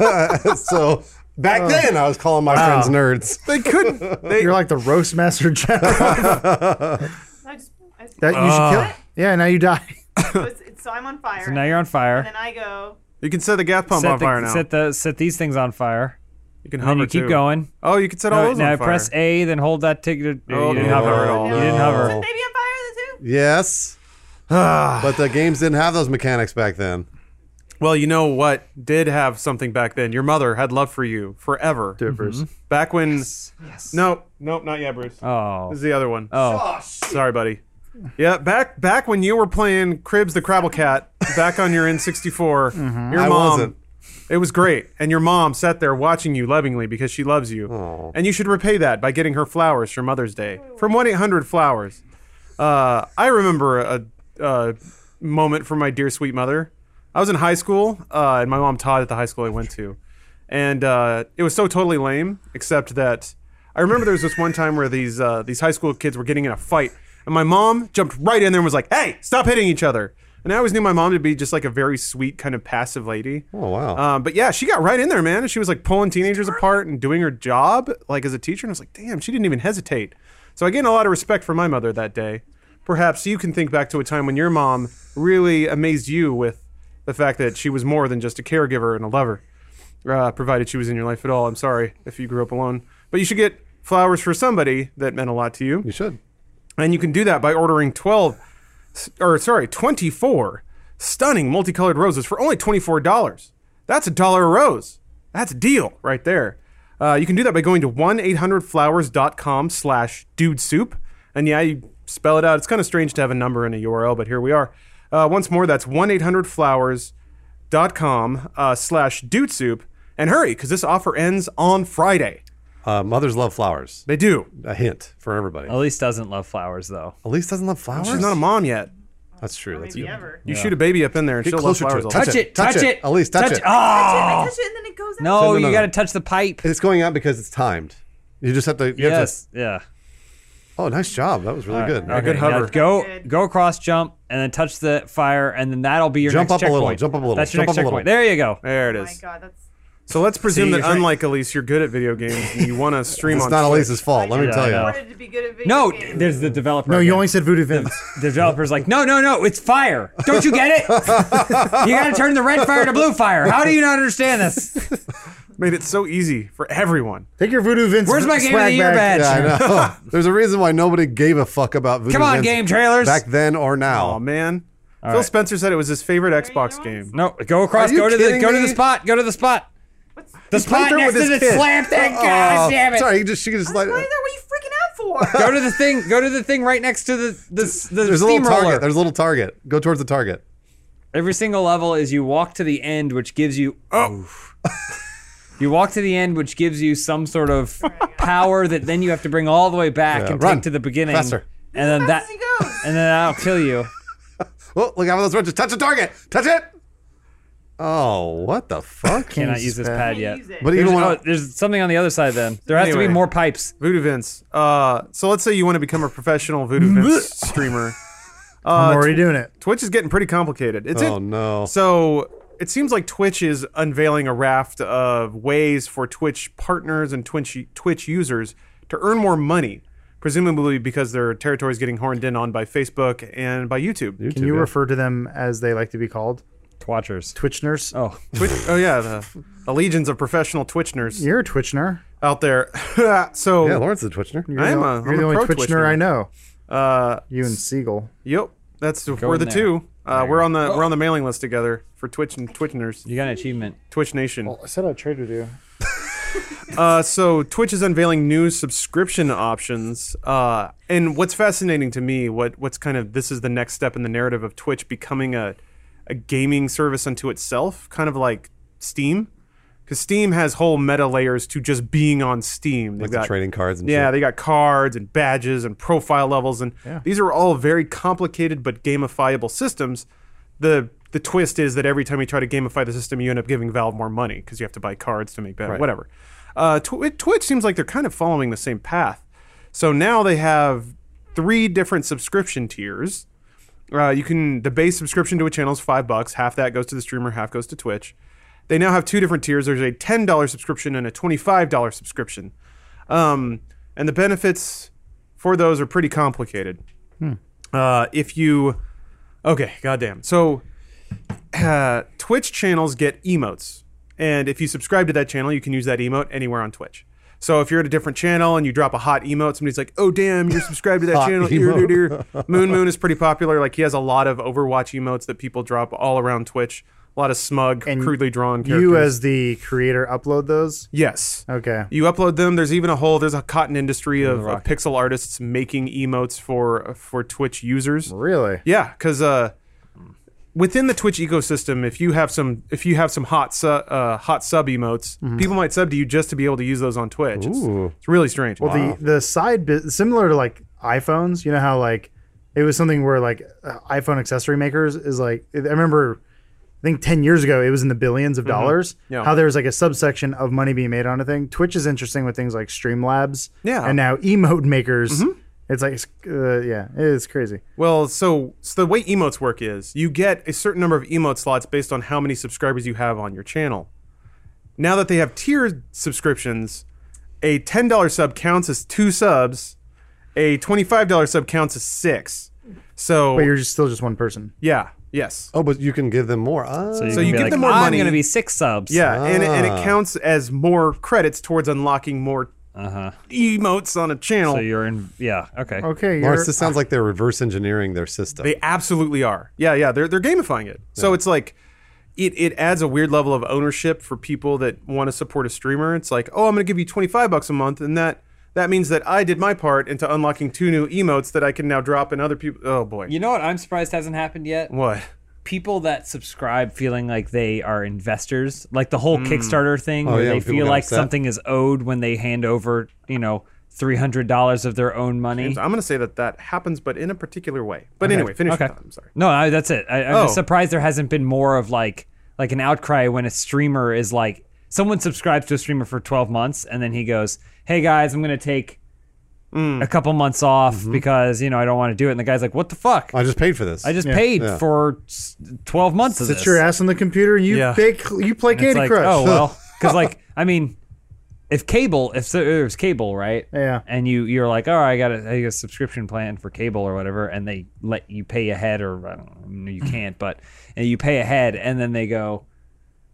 so back then, I was calling my friends nerds. they couldn't. They, You're like the roast master general. I just, I just, that you Uh. should kill. Yeah, now you die. so, it's, it's- so I'm on fire. so now you're on And fire. then I go. you can set the gas pump Set on fire the, now. set the set these things on fire. you can And then hover you keep too. going. Oh, you can set all No, those now on fire. press A, then hold that ticket. Oh, you didn't no. hover. Oh, You didn't no. hover. Maybe on fire the two. Yes. but the games didn't have those mechanics back then. Well, you know what did have something back then. Your mother had love for you forever. Do it, Bruce. Back when. No, nope, not yet, Bruce. Mm-hmm. Oh. This is the other one. Oh. Sorry, buddy. Yeah, back back when you were playing Cribs the Crabble Cat back on your N64, Mm-hmm. your I mom. wasn't. It was great, and your mom sat there watching you lovingly because she loves you, and you should repay that by getting her flowers for Mother's Day from one eight hundred flowers. Uh, I remember a, a moment from my dear sweet mother. I was in high school, uh, and my mom taught at the high school I went to, and uh, it was so totally lame. Except that I remember there was this one time where these uh, these high school kids were getting in a fight, and my mom jumped right in there and was like, "Hey, stop hitting each other!" And I always knew my mom to be just like a very sweet, kind of passive lady. Oh, wow. Um, but yeah, she got right in there, man. And she was like pulling teenagers apart and doing her job, like as a teacher. And I was like, damn, she didn't even hesitate. So I gained a lot of respect for my mother that day. Perhaps you can think back to a time when your mom really amazed you with the fact that she was more than just a caregiver and a lover, uh, provided she was in your life at all. I'm sorry if you grew up alone, but you should get flowers for somebody that meant a lot to you. you should. And you can do that by ordering 12, s- or sorry, 24 stunning multicolored roses for only $24. That's a dollar a rose. That's a deal right there. Uh, you can do that by going to 1-800-flowers.com slash dude soup. And yeah, you spell it out. It's kind of strange to have a number in a URL, but here we are. Uh, once more, that's 1-800-flowers.com uh, slash dude soup. And hurry, because this offer ends on Friday. Uh, mothers love flowers. They do. A hint for everybody. Elise doesn't love flowers though. Elise doesn't love flowers. She's not a mom yet. That's true. That's Maybe good. ever. You shoot a baby up in there and Get she'll love closer to flowers it. all Touch day. it, touch it. Elise, touch it. Ah. Oh. I touch it and then it goes out. No, No, no, you no. got to touch the pipe. It's going out because it's timed. You just have to. You Have to yes. Yeah. Oh, nice job. That was really good. Okay, good now hover. Go Good. go across, jump, and then touch the fire, and then that'll be your Jump next up a little, checkpoint. jump up a little, That's your jump next up a checkpoint. little. There you go. There it Oh is. my god, that's So let's presume See, that you're trying- unlike Elise, you're good at video games and you want to stream It's on not Twitch. Elise's fault. Let me Yeah, tell I you. know. wanted to be good at video No, games. there's the developer. No, you again. only said Voodoo Vince. The developer's like, no, no, no, it's fire. Don't you get it? you got to turn the red fire to blue fire. How do you not understand this? Made it so easy for everyone. Take your Voodoo Vince. Where's my game of the swag year bag. badge? Yeah, I know. There's a reason why nobody gave a fuck about Voodoo Come on, Vince game trailers. back then or now. Oh man. Phil right. Spencer said it was his favorite Xbox know game. No, go across. Are you Go to the kidding go to me? the spot. Go to the spot. What's, The spot through next with to the his kid. slam thing. Oh, God damn it! Sorry, you just she could just why like. is there? What are you freaking out for? Go to the thing. Go to the thing right next to the the, the There's a little steamroller. target. There's a little target. Go towards the target. Every single level is you walk to the end, which gives you oh. You walk to the end, which gives you some sort of power that then you have to bring all the way back Yeah, and run. take to the beginning, Faster. and then that, As he goes. and then that'll kill you. Oh, look out for those wrenches. Touch the target. Touch it. Oh, what the fuck? Can't Cannot use this spell. pad Can't yet. use it. But There's, even when oh, there's something on the other side. Then there has to Anyway. be more pipes. Voodoo Vince. Uh, so let's say you want to become a professional Voodoo Vince streamer. Uh, I'm already doing it. Twitch is getting pretty complicated. It's oh in- no. So it seems like Twitch is unveiling a raft of ways for Twitch partners and Twitch Twitch users to earn more money presumably because their territory is getting horned in on by Facebook and by YouTube. YouTube, Can you yeah. refer to them as they like to be called? Twatchers. Twitchners? Oh, Twitch, oh yeah, the, the legions of professional Twitchners You're a Twitchner. out there. so Yeah, Lawrence is a Twitchner. You're I am the, a- you're I'm the a only pro Twitchner, Twitchner. I know. uh, You and Siegel. yep, that's we're in the there. two. Uh, we're on the we're on the mailing list together for Twitch and Twitchners, you got an achievement. Twitch Nation. Oh. I said I'd trade with you. Uh, so Twitch is unveiling new subscription options, uh, and what's fascinating to me, what what's kind of this is the next step in the narrative of Twitch becoming a a gaming service unto itself, kind of like Steam, because Steam has whole meta layers to just being on Steam. They've Like the trading cards and yeah, shit. they got cards and badges and profile levels, and these are all very complicated but gamifiable systems. the The twist is that every time you try to gamify the system, you end up giving Valve more money because you have to buy cards to make that. Whatever. Uh, Tw- Twitch seems like they're kind of following the same path. So now they have three different subscription tiers. Uh, you can the base subscription to a channel is five bucks. Half that goes to the streamer, half goes to Twitch. They now have two different tiers. There's a ten dollar subscription and a twenty five dollar subscription, um, and the benefits for those are pretty complicated. Uh, if you, okay, goddamn. So, uh, Twitch channels get emotes, and if you subscribe to that channel, you can use that emote anywhere on Twitch. So if you're at a different channel and you drop a hot emote, somebody's like, "Oh damn, you're subscribed to that Hot channel." Ear, emote. ear, ear. Moon Moon is pretty popular. Like he has a lot of Overwatch emotes that people drop all around Twitch. A lot of smug, And crudely drawn characters. You as the creator upload those? yes. Okay. You upload them. There's even a whole. There's a cotton industry of, of rocket. pixel artists making emotes for for Twitch users. Really? Yeah, because uh, within the Twitch ecosystem, if you have some if you have some hot su- uh, hot sub emotes, Mm-hmm. people might sub to you just to be able to use those on Twitch. It's, Ooh. it's really strange. Well, the the side bit similar to like iPhones. You know how like it was something where like uh, iPhone accessory makers is like I remember. I think ten years ago it was in the billions of dollars. Yeah. How there was like a subsection of money being made on a thing. Twitch is interesting with things like Streamlabs. Yeah. And now emote makers. It's like uh, yeah, it's crazy. Well, so so the way emotes work is you get a certain number of emote slots based on how many subscribers you have on your channel. Now that they have tiered subscriptions, a ten dollar sub counts as two subs, a twenty five dollar sub counts as six. So But you're just still just one person. yeah, yes, Oh, but you can give them more. Ah. So you, So can you be give like, them more I'm money." going to be six subs. yeah, and it, and Ah. it counts as more credits towards unlocking more Uh huh. emotes on a channel. So you're in. Yeah. Okay. Okay. Lawrence, You're, this sounds like they're reverse engineering their system. They absolutely are. Yeah, yeah. They're they're gamifying it. So it's like it it adds a weird level of ownership for people that want to support a streamer. It's like, oh, I'm gonna give you twenty five bucks a month, and that that means that I did my part into unlocking two new emotes that I can now drop in other people. Oh boy. You know what I'm surprised hasn't happened yet? what? People that subscribe feeling like they are investors, like the whole Kickstarter thing where Oh, yeah, they when people feel get like upset. something is owed when they hand over, you know, $300 of their own money. I'm gonna say that that happens, but in a particular way. But anyway, finish. Okay. Your thought. I'm sorry. No, I, that's it. I, I'm Oh. just surprised there hasn't been more of like like an outcry when a streamer is like someone subscribes to a streamer for 12 months and then he goes, "Hey guys, I'm gonna take a couple months off Mm-hmm. because you know I don't want to do it." And the guy's like, "What the fuck? I just paid for this. I just paid Uh, Yeah. for s- 12 months of sit this." your ass on the computer and you Yeah. bake, you play And it's Candy like, Crush. oh well, because like I mean, if cable, if so, it was cable, right? Yeah. And you you're like, oh, I got a, I got a subscription plan for cable or whatever, and they let you pay ahead, or I don't know, you can't, but and you pay ahead, and then they go,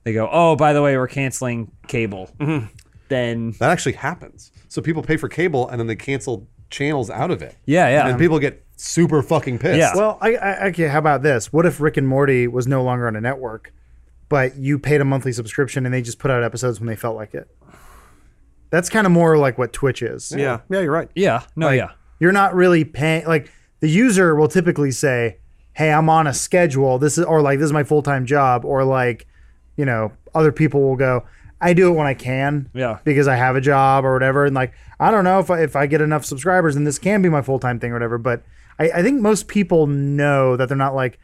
they go, oh, by the way, we're canceling cable. Mm-hmm. Then That actually happens. So people pay for cable and then they cancel channels out of it. yeah, yeah, And people get super fucking pissed. Yeah. Well, I, I okay. How about this? What if Rick and Morty was no longer on a network, but you paid a monthly subscription and they just put out episodes when they felt like it? That's kind of more like what Twitch is. Yeah. Yeah. You're right. yeah, no, yeah. You're not really paying. Like the user will typically say, "Hey, I'm on a schedule. This is or like this is my full time job," or like, you know, other people will go, "I do it when I can." Yeah. Because I have a job or whatever, and like I don't know if I, if I get enough subscribers, then this can be my full time thing or whatever. But I, I think most people know that they're not like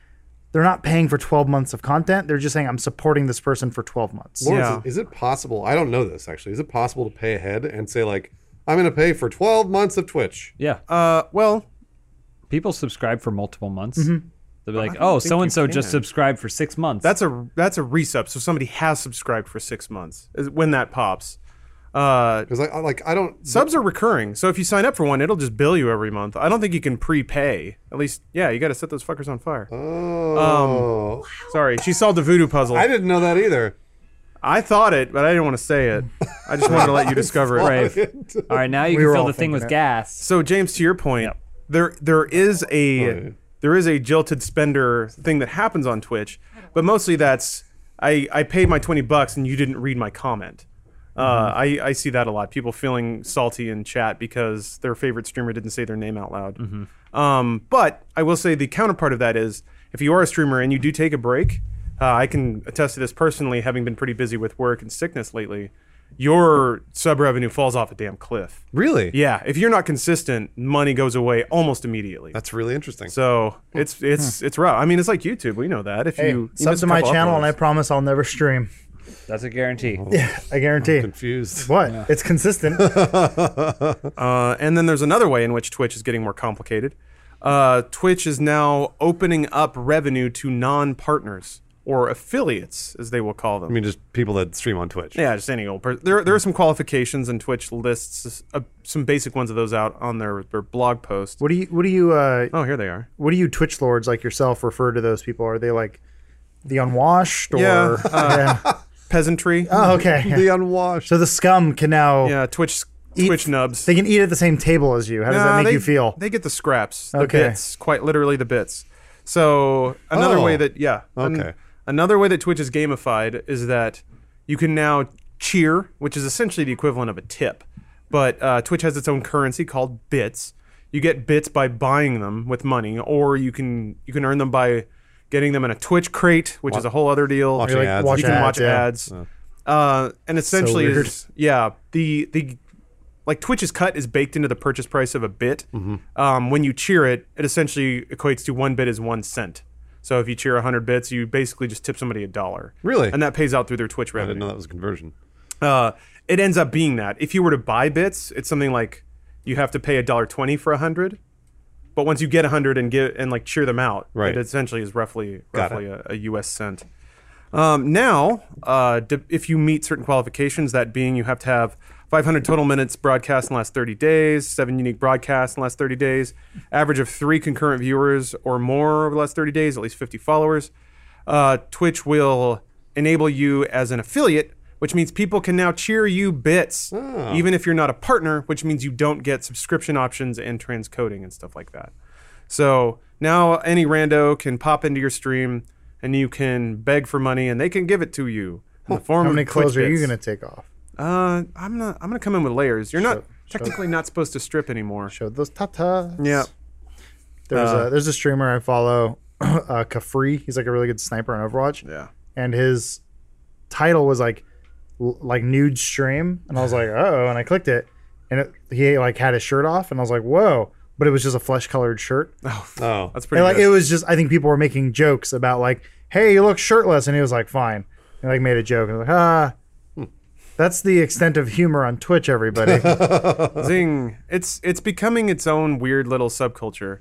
they're not paying for 12 months of content. They're just saying I'm supporting this person for 12 months. Lawrence, Yeah. is it possible? I don't know this actually. Is it possible to pay ahead and say like, I'm going to pay for 12 months of Twitch? Yeah, Uh, well, people subscribe for multiple months. Mm-hmm. They'll be like, "Oh, think you so and so just can. subscribed for six months." That's a that's a resub. So somebody has subscribed for six months is when that pops. Uh, Because like, I- like I don't. subs are recurring, so if you sign up for one, it'll just bill you every month. I don't think you can prepay. At least, yeah, you got to set those fuckers on fire. Um, Oh, Sorry, she solved the voodoo puzzle. I didn't know that either. I thought it, but I didn't want to say it. I just wanted to let you discover it. Brave. All right, Uh, now you were can fill all the thing thinking with it. gas. So James, to your point, there there is a yeah. there is a jilted spender thing that happens on Twitch, but mostly that's I I paid my twenty bucks and you didn't read my comment. Uh, I I see that a lot. People feeling salty in chat because their favorite streamer didn't say their name out loud. Um, but I will say the counterpart of that is if you are a streamer and you do take a break, uh, I can attest to this personally, having been pretty busy with work and sickness lately. Your sub revenue falls off a damn cliff. Really? Yeah, if you're not consistent, money goes away almost immediately. That's really interesting. so it's it's it's rough. I mean, it's like YouTube. We know that. If Hmm. Hey, you you sub miss to a my couple channel, and I uploads- promise I'll never stream. That's a guarantee. Yeah, I guarantee. confused. What? It's consistent. uh, and then there's another way in which Twitch is getting more complicated. Uh, Twitch is now opening up revenue to non-partners or affiliates, as they will call them. I mean, just people that stream on Twitch. Yeah, just any old person. There, there are some qualifications, and Twitch lists uh, some basic ones of those out on their, their blog post. what do you? What do you? Uh, Oh, here they are. what do you Twitch lords like yourself refer to those people? Are they like the unwashed or? Yeah, uh, Yeah. Peasantry. Oh, okay. The unwashed. So the scum can now yeah, Twitch Eat- Twitch nubs. they can eat at the same table as you. How does Nah, that make they- you feel? They get the scraps, the Okay. bits, quite literally the bits. So another Oh. way that yeah, an- Okay. another way that Twitch is gamified is that you can now cheer, which is essentially the equivalent of a tip, but uh, Twitch has its own currency called bits. You get bits by buying them with money, or you can you can earn them by getting them in a Twitch crate, which is a whole other deal. Watching You're like, ads. watch you can ads, watch yeah. ads, uh, and essentially, weird. is- yeah, the the like Twitch's cut is baked into the purchase price of a bit. Mm-hmm. Um, when you cheer it, it essentially equates to one bit is one cent. So if you cheer 100 bits, you basically just tip somebody a dollar. Really? And that pays out through their Twitch I didn't know revenue. that was a conversion. Uh, it ends up being that. If you were to buy bits, it's something like you have to pay a dollar twenty for 100. But once you get 100 and get and like cheer them out, it Right. essentially is roughly Got roughly a, a US cent. Um, now, uh, d- if you meet certain qualifications, that being you have to have 500 total minutes broadcast in the last 30 days, seven unique broadcasts in the last 30 days, average of three concurrent viewers or more over the last 30 days, at least 50 followers, uh, Twitch will enable you as an affiliate, which means people can now cheer you bits, even if you're not a partner, which means you don't get subscription options and transcoding and stuff like that. So now any rando can pop into your stream and you can beg for money and they can give it to you in the form How of many clothes Twitch are you bits. gonna take off? Uh, I'm not. I'm gonna come in with layers. You're not Sure, sure. technically not supposed to strip anymore. Show those tatas. Yeah. There's Uh, a there's a streamer I follow, uh, Kafri. He's like a really good sniper on Overwatch. Yeah. and his title was like l- like nude stream and i was like oh and i clicked it and it, he like had his shirt off and i was like whoa but it was just a flesh colored shirt Oh, That's pretty. and like good. it was just i think people were making jokes about like hey you look shirtless and he was like fine and like made a joke and I was like ah Hmm. that's the extent of humor on twitch everybody Zing. It's it's becoming its own weird little subculture,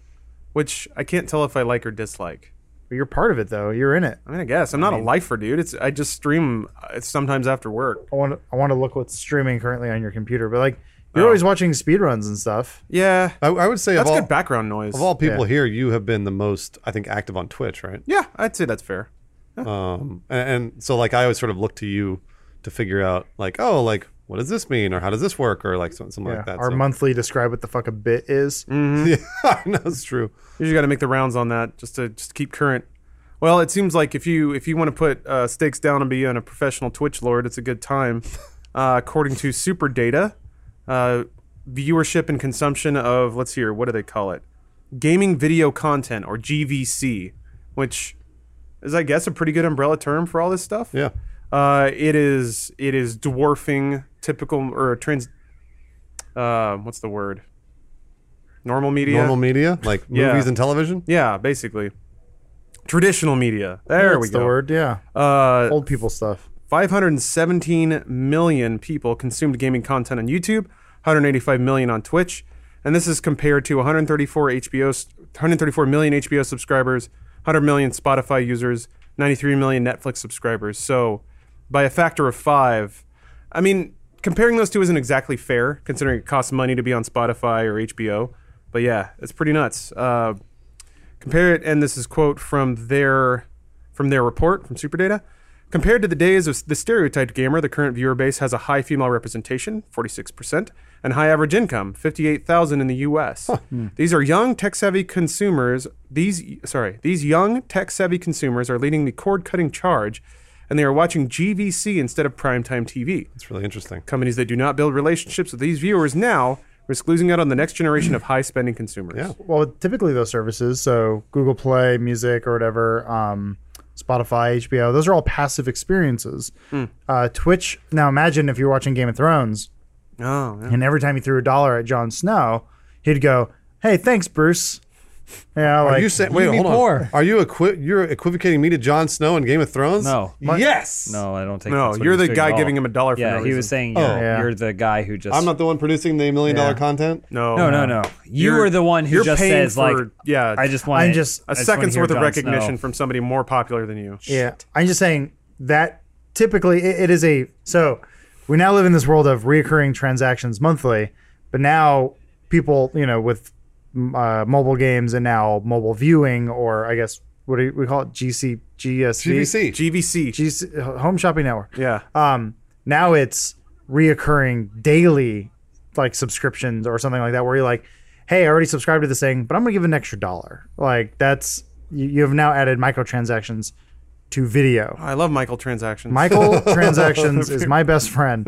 which I can't tell if I like or dislike. But you're part of it though you're in it I mean, I guess I'm not a lifer, dude. It's I just stream uh, sometimes after work. i want to i want to look what's streaming currently on your computer but like Oh. you're always watching speedruns and stuff Yeah, I, I would say that's of all, good background noise. of all people here, you have been the most, I think, active on Twitch, right? yeah, I'd say that's fair. Um, and, and so like I always sort of look to you to figure out like, oh, like what does this mean, or how does this work, or like something, something yeah, like that. our so. monthly describe what the fuck a bit is Mm. Yeah, I know it's true. You just got to make the rounds on that just to just keep current. Well, it seems like if you if you want to put uh, stakes down and be on a professional Twitch lord, it's a good time. Uh, according to Super Data, uh, viewership and consumption of let's hear what do they call it, gaming video content or GVC, which is I guess a pretty good umbrella term for all this stuff. Yeah, Uh, it is it is dwarfing typical or trans. Uh, what's the word? Normal media. normal media like Yeah. movies and television. Yeah, basically. Traditional media. There we That's the go. word yeah Uh, old people stuff. 517 million people consumed gaming content on YouTube, 185 million on Twitch, and this is compared to 134 HBO, s- 134 million HBO subscribers, 100 million Spotify users, 93 million Netflix subscribers. So, by a factor of five, I mean, comparing those two isn't exactly fair, considering it costs money to be on Spotify or HBO. But yeah, it's pretty nuts. Uh, compare it, and this is quote from their from their report from Superdata. Compared to the days of the stereotyped gamer, the current viewer base has a high female representation, 46%, and high average income, 58,000 in the US. These are young tech-savvy consumers. These sorry, these young tech-savvy consumers are leading the cord-cutting charge and they are watching GVC instead of primetime TV. It's really interesting. Companies that do not build relationships with these viewers now risk losing out on the next generation of high spending consumers. Yeah. well typically those services so google play music or whatever um, spotify hbo those are all passive experiences Hmm. uh, twitch now imagine if you're watching game of thrones Oh, yeah. and every time he threw a dollar at Jon snow he'd go hey thanks bruce yeah Are like you saying? Wait, need hold on. more. Are you equi- you're equivocating me to Jon Snow in Game of Thrones? No. yes. No, I don't think. No, that's what you're he's the doing guy at all. giving him a dollar for Yeah, no he reason. was saying you're, Oh. Yeah. you're the guy who just. I'm not the one producing the million dollar Yeah. content. No. no, no, no. You You're- are the one who you're just paying says like, for- yeah, I just want. I'm it. just- I a just wanna second's hear worth of Jon recognition Snow. from somebody more popular than you. Yeah. I'm just saying that typically it, it is a so we now live in this world of reoccurring transactions monthly, but now people, you know, with m- uh, mobile games and now mobile viewing or I guess what do we call it GC GSV? GVC. GVC. GC uh, Home Shopping Network. yeah. Um now it's reoccurring daily like subscriptions or something like that where you're like, "Hey, I already subscribed to this thing, but I'm going to give an extra dollar." Like that's you, you have now added microtransactions to video. I love Michael transactions. Michael Transactions is my best friend.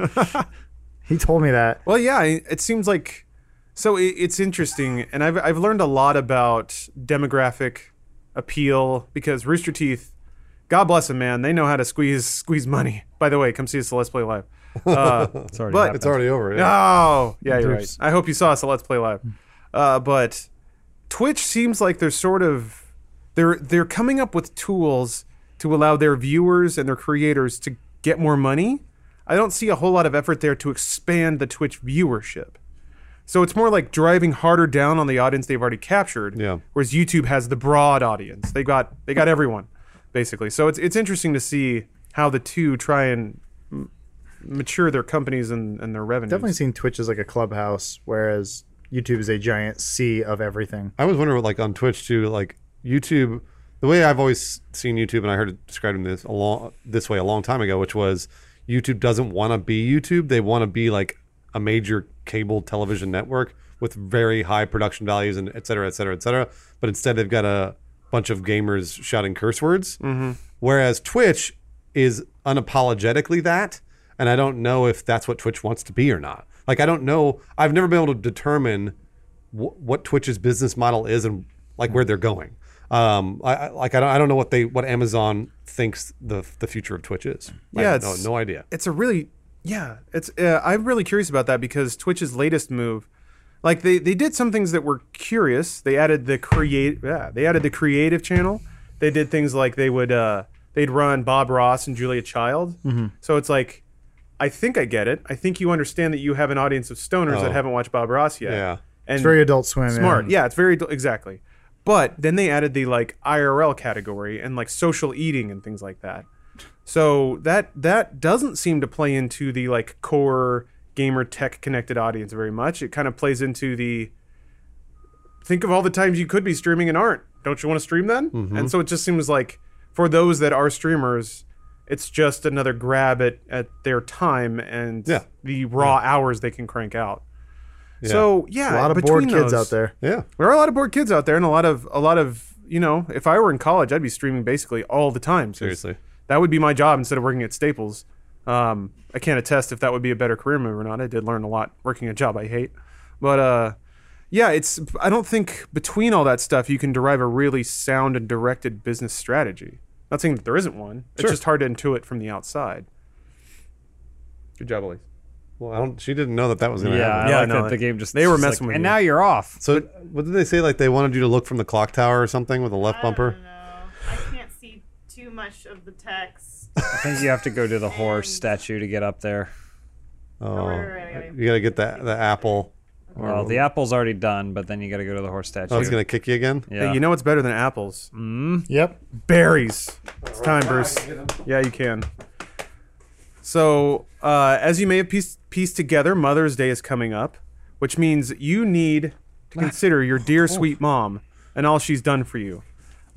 He told me that. Well, yeah, I- it seems like so. It, it's interesting, and I've I've learned a lot about demographic appeal because Rooster Teeth, God bless them, man, they know how to squeeze squeeze money. By the way, come see us at Let's Play Live. Uh, It's already But- happened. It's already over. Yeah. oh, yeah, you're right. Oops. I hope you saw us at Let's Play Live. Uh, but Twitch seems like they're sort of they're they're coming up with tools to allow their viewers and their creators to get more money. I don't see a whole lot of effort there to expand the Twitch viewership. So it's more like driving harder down on the audience they've already captured. Yeah. Whereas YouTube has the broad audience. They got they got everyone, basically. So it's it's interesting to see how the two try and m- mature their companies and, and their revenues. Definitely seen Twitch as like a clubhouse, whereas YouTube is a giant sea of everything. I was wondering, like on Twitch too, like YouTube. The way I've always seen YouTube, and I heard it described in this a long, this way a long time ago, which was YouTube doesn't want to be YouTube. They want to be like a major cable television network with very high production values and et cetera, et cetera, et cetera. But instead, they've got a bunch of gamers shouting curse words. Whereas Twitch is unapologetically that, and I don't know if that's what Twitch wants to be or not. Like I don't know. I've never been able to determine wh- what Twitch's business model is and like where they're going. Um, I, I like I don't, I don't know what they what Amazon thinks the the future of Twitch is. Yeah, I, no, it's- no idea. it's a really yeah it's uh, i'm really curious about that because twitch's latest move like they they did some things that were curious they added the create yeah they added the creative channel they did things like they would uh they'd run bob ross and julia child so it's like i think i get it i think you understand that you have an audience of stoners that Oh. haven't watched bob ross yet Yeah. and It's very adult swim. yeah. smart yeah it's very exactly but then they added the like irl category and like social eating and things like that so that that doesn't seem to play into the like core gamer tech connected audience very much. It kind of plays into the think of all the times you could be streaming and aren't. Don't you want to stream then? Mm-hmm. And so it just seems like for those that are streamers, it's just another grab at, at their time and Yeah. the raw hours they can crank out. Yeah. So yeah, A lot of bored between kids those- out there. Yeah, there are a lot of bored kids out there, and a lot of a lot of you know. If I were in college, I'd be streaming basically all the time. 'cause Seriously. that would be my job instead of working at Staples. Um, I can't attest if that would be a better career move or not. I did learn a lot working a job I hate, but uh, yeah, it's. I don't think between all that stuff you can derive a really sound and directed business strategy. Not saying that there isn't one. It's Sure. just hard to intuit from the outside. Good job, Elise. well, I don't. She didn't know that that was Yeah, gonna happen. I Yeah, like no, that the game just they were just messing like, with And you. now you're off. So what did they say? Like they wanted you to look from the clock tower or something with a Uh, left bumper. I can't see too much of the text. I think you have to go to the horse statue to get up there. Oh, right, right, right. you gotta get the the apple. Well, the apple's already done, but then you got to go to the horse statue. Oh, it's gonna kick you again. yeah. Hey, you know what's better than apples? Yep. berries. It's time, Bruce. Yeah, you can. So, uh, as you may have pieced, pieced together, Mother's Day is coming up, which means you need to consider your Oh. dear sweet mom and all she's done for you.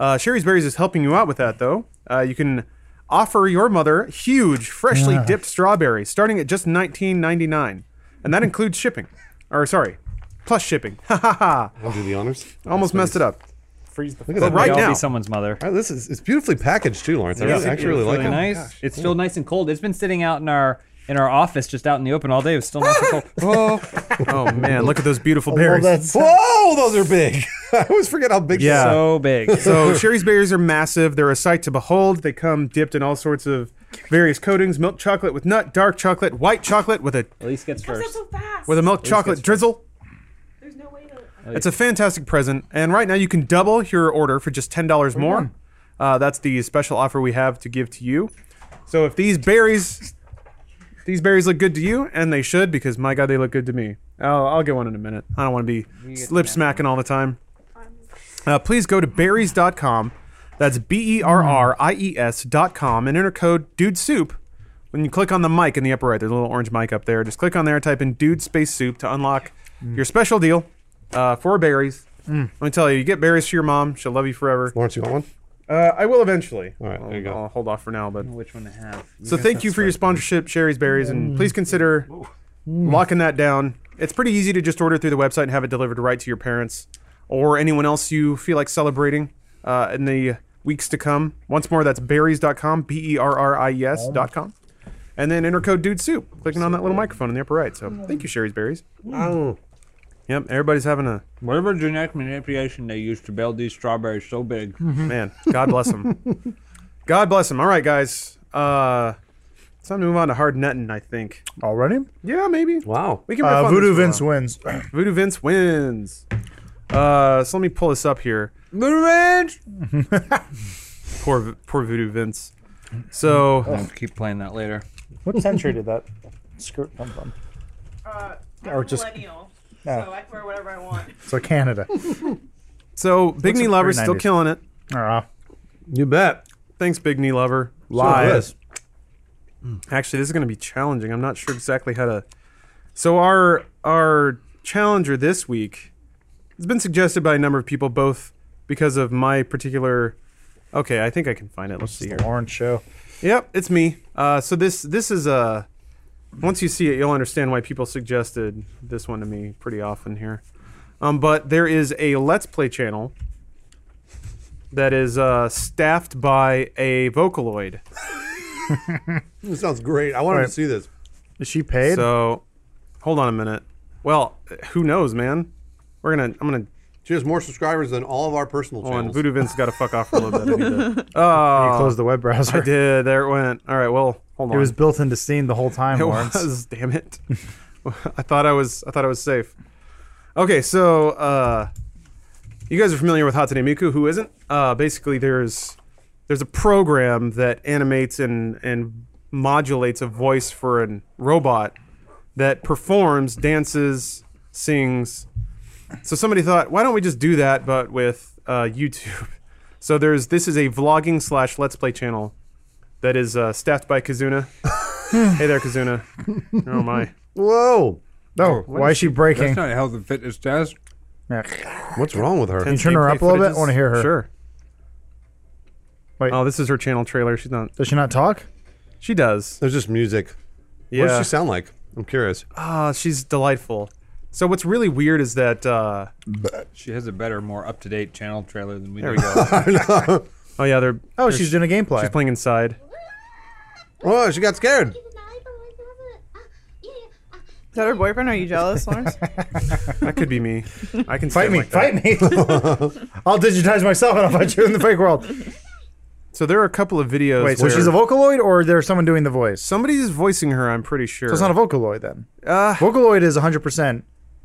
Uh, Sherry's Berries is helping you out with that, though. Uh, you can offer your mother huge, freshly dipped strawberries starting at just $19.99, and that includes shipping. Or, sorry, plus shipping. Ha ha ha. I'll do the honors. Almost messed it up. Freeze the Look at that. right Right all now- be someone's mother. All right, this is it's beautifully packaged too, Lawrence. I really, actually really like really it. nice. it's still nice and cold. It's been sitting out in our in our office, just out in the open all day. It's still nice and cold. Oh, Oh, man, look at those beautiful Well, berries. that's Whoa, those are big. I always forget how big. Yeah. so big. So Sherry's berries are massive. They're a sight to behold. They come dipped in all sorts of various coatings: milk chocolate with nut, dark chocolate, white chocolate with a At least gets How's that first. so fast? with a milk chocolate drizzle. Oh, There's no way to. It's a fantastic present, and right now you can double your order for just ten dollars more. Uh, that's the special offer we have to give to you. So if these berries, these berries look good to you, and they should, because my God, they look good to me. I'll, I'll get one in a minute. I don't want to be lip smacking all the time. Uh, please go to berries.com. That's b e r r i e s dot com, and enter code dude soup. When you click on the mic in the upper right, there's a little orange mic up there. Just click on there, type in dude space soup to unlock your special deal uh, for berries. Let me tell you, you get berries for your mom. She'll love you forever. Lawrence, you want one? Uh, I will eventually. All right, I'll, there you go. I'll hold off for now, but Which one to have? so thank you for your sponsorship, Sherry's Berries, and please consider locking that down. It's pretty easy to just order through the website and have it delivered right to your parents or anyone else you feel like celebrating uh, in the weeks to come. Once more, that's berries.com, B E R R I E S dot com, And then enter code Dude Soup, clicking on that little microphone in the upper right. So thank you, Sherry's Berries. Oh, Yep, everybody's having a Whatever genetic manipulation they used to build these strawberries so big. man. God bless them. God bless them. All right, guys. Uh, it's time to move on to hard netting, I think. already. Yeah, maybe. wow. We can riff Uh, on this Voodoo for a Vince while. wins. Voodoo Vince wins. Uh, so let me pull this up here. Poor, poor Voodoo Vince. So I'll keep playing that later. What century did that skirt come from? Uh, I'm Or a just- millennial, No. so I can wear whatever I want. So Canada. so Big Knee like Lover's still 390s. killing it. Ah, You bet. Thanks, Big Knee Lover. Lies. Actually, this is going to be challenging. I'm not sure exactly how to. So our our challenger this week has been suggested by a number of people, both because of my particular. Okay, I think I can find it. Let's see here. the Lawrence show. Yep, it's me. Uh, so this this is a. Once you see it, you'll understand why people suggested this one to me pretty often here. Um, but there is a Let's Play channel that is uh, staffed by a Vocaloid. This sounds great. I wanted to Alright. see this. Is she paid? So, hold on a minute. Well, who knows, man? We're gonna. I'm gonna. She has more subscribers than all of our personal Hold on. channels. Oh, Voodoo Vince got to fuck off for a little bit. I need to- you Oh, closed the web browser. I did. There it went. All right. Well, hold on. It was built into Steam the whole time, It Lawrence. was. Damn it. I thought I was. I thought I was safe. Okay, so uh, you guys are familiar with Hatsune Miku. Who isn't? Uh, basically, there's there's a program that animates and and modulates a voice for a robot that performs, dances, sings. So somebody thought, why don't we just do that, but with uh, YouTube? So there's this is a vlogging slash Let's Play channel that is uh, staffed by Kazuna. hey there, Kazuna. Oh my. Whoa. No, why is she breaking? not a health and fitness test. Yeah. What's wrong with her? Can you turn her up a little bit? I wanna hear her. Sure. Wait. Oh, this is her channel trailer. She's not. Does she not talk? She does. There's just music. What Yeah. does she sound like? I'm curious. Ah, she's delightful. So what's really weird is that. Uh, She has a better, more up to date channel trailer than we there do. we go. oh yeah, they're. Oh, they're- she's doing a gameplay. She's playing inside. Oh, she got scared. Is that her boyfriend? Are you jealous, Lawrence? That could be me. I can fight stand me, like that. fight me. I'll digitize myself and I'll fight you in the fake world. So there are a couple of videos. Wait, so where she's a Vocaloid or there's someone doing the voice? So Somebody is voicing her. I'm pretty sure. it's not a Vocaloid then. Uh, Vocaloid is 100% we-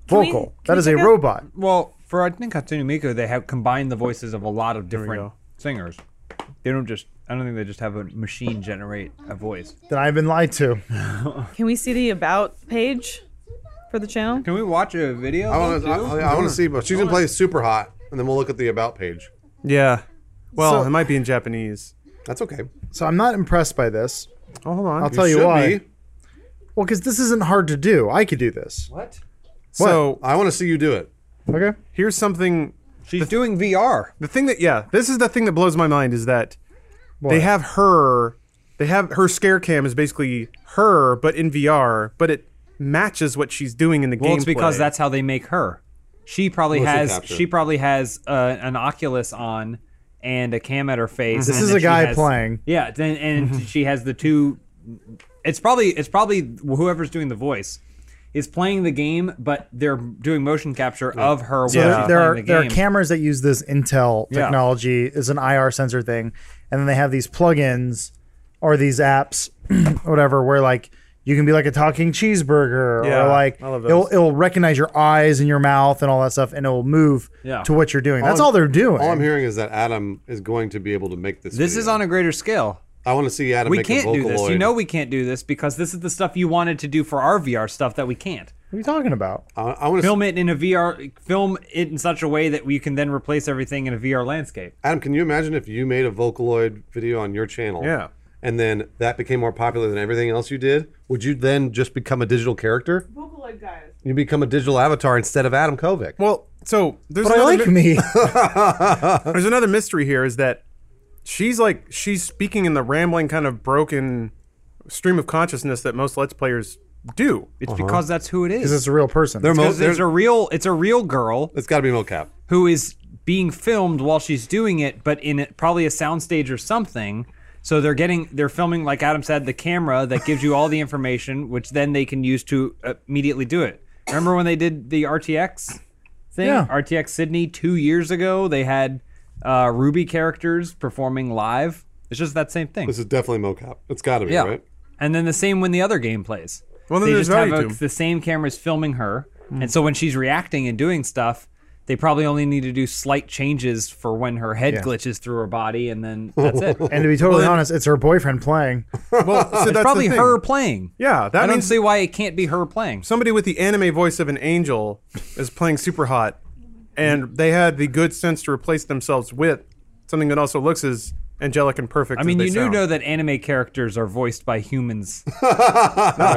vocal. can that we is a pick up- robot. Well, for I think Hatsune Miku, they have combined the voices of a lot of we different go. singers. They don't just. I don't think they just have a machine generate a voice. Then I've been lied to. Can we see the about page for the channel? Can we watch a video? I want to. I, I want to see, but she's gonna play super hot, and then we'll look at the about page. yeah. Well, So- it might be in Japanese. That's okay. So I'm not impressed by this. Oh, hold on. I'll tell you should why. be. Well, because this isn't hard to do. I could do this. What? so I want to see you do it. Okay. here's something. She's doing VR. The thing that yeah, this is the thing that blows my mind is that they What? have her. They have her scare cam is basically her, but in VR, but it matches what she's doing in the game. Well, it's because that's how they make her. She probably Motion has capture. she probably has uh, an Oculus on and a cam at her face. This and is then a she guy has- playing. Yeah, and, and she has the two. It's probably it's probably whoever's doing the voice is playing the game, but they're doing motion capture of her. So while she's there- there playing are the there are game. cameras that use this Intel Yeah. technology as an IR sensor thing, and then they have these plugins or these apps, whatever, where like you can be like a talking cheeseburger Yeah, or like I love it'll those. it'll recognize your eyes and your mouth and all that stuff, and it'll move Yeah. to what you're doing. That's I'm- all they're doing. All I'm hearing is that Adam is going to be able to make this. This is on a greater scale. I want to see Adam. We make can't a do this. You Vocaloid. know we can't do this because this is the stuff you wanted to do for our VR stuff that we can't. what are you talking about? I, I want to Film it in a VR, film it in such a way that you can then replace everything in a VR landscape. Adam, can you imagine if you made a Vocaloid video on your channel? Yeah. And then that became more popular than everything else you did. Would you then just become a digital character? Vocaloid guys. You become a digital avatar instead of Adam Kovic. well. So there's But I another like mi- me. There's another mystery here is that she's like she's speaking in the rambling kind of broken stream of consciousnness that most let's players do. It's because that's who it Is is. this a real person? They're mo- Because it's they're- a real, it's a real girl it's got to be mocap. who is being filmed while she's doing it, but in it, probably a soundstage or something. So they're getting, they're filming, like Adam said, the camera that gives you all the information, which then they can use to uh, immediately do it. Remember when they did the RTX thing? Yeah. RTX Sydney two years ago, they had uh, Ruby characters performing live. It's just that same thing. This is definitely mocap. It's got to be Yeah. right. And then the same when the other game plays. Well, then they there's just have value to a, 'em. the same cameras filming her, and so when she's reacting and doing stuff, they probably only need to do slight changes for when her head glitches through her body, and then that's it. it's and to be totally honest, it's her boyfriend playing. Well, Oh, so that's the probably thing. her playing. Yeah, that I don't means see why it can't be her playing. somebody with the anime voice of an angel is playing super hot, and they had the good sense to replace themselves with something that also looks as angelic and perfect. I mean, as you they do sound. know that anime characters are voiced by humans.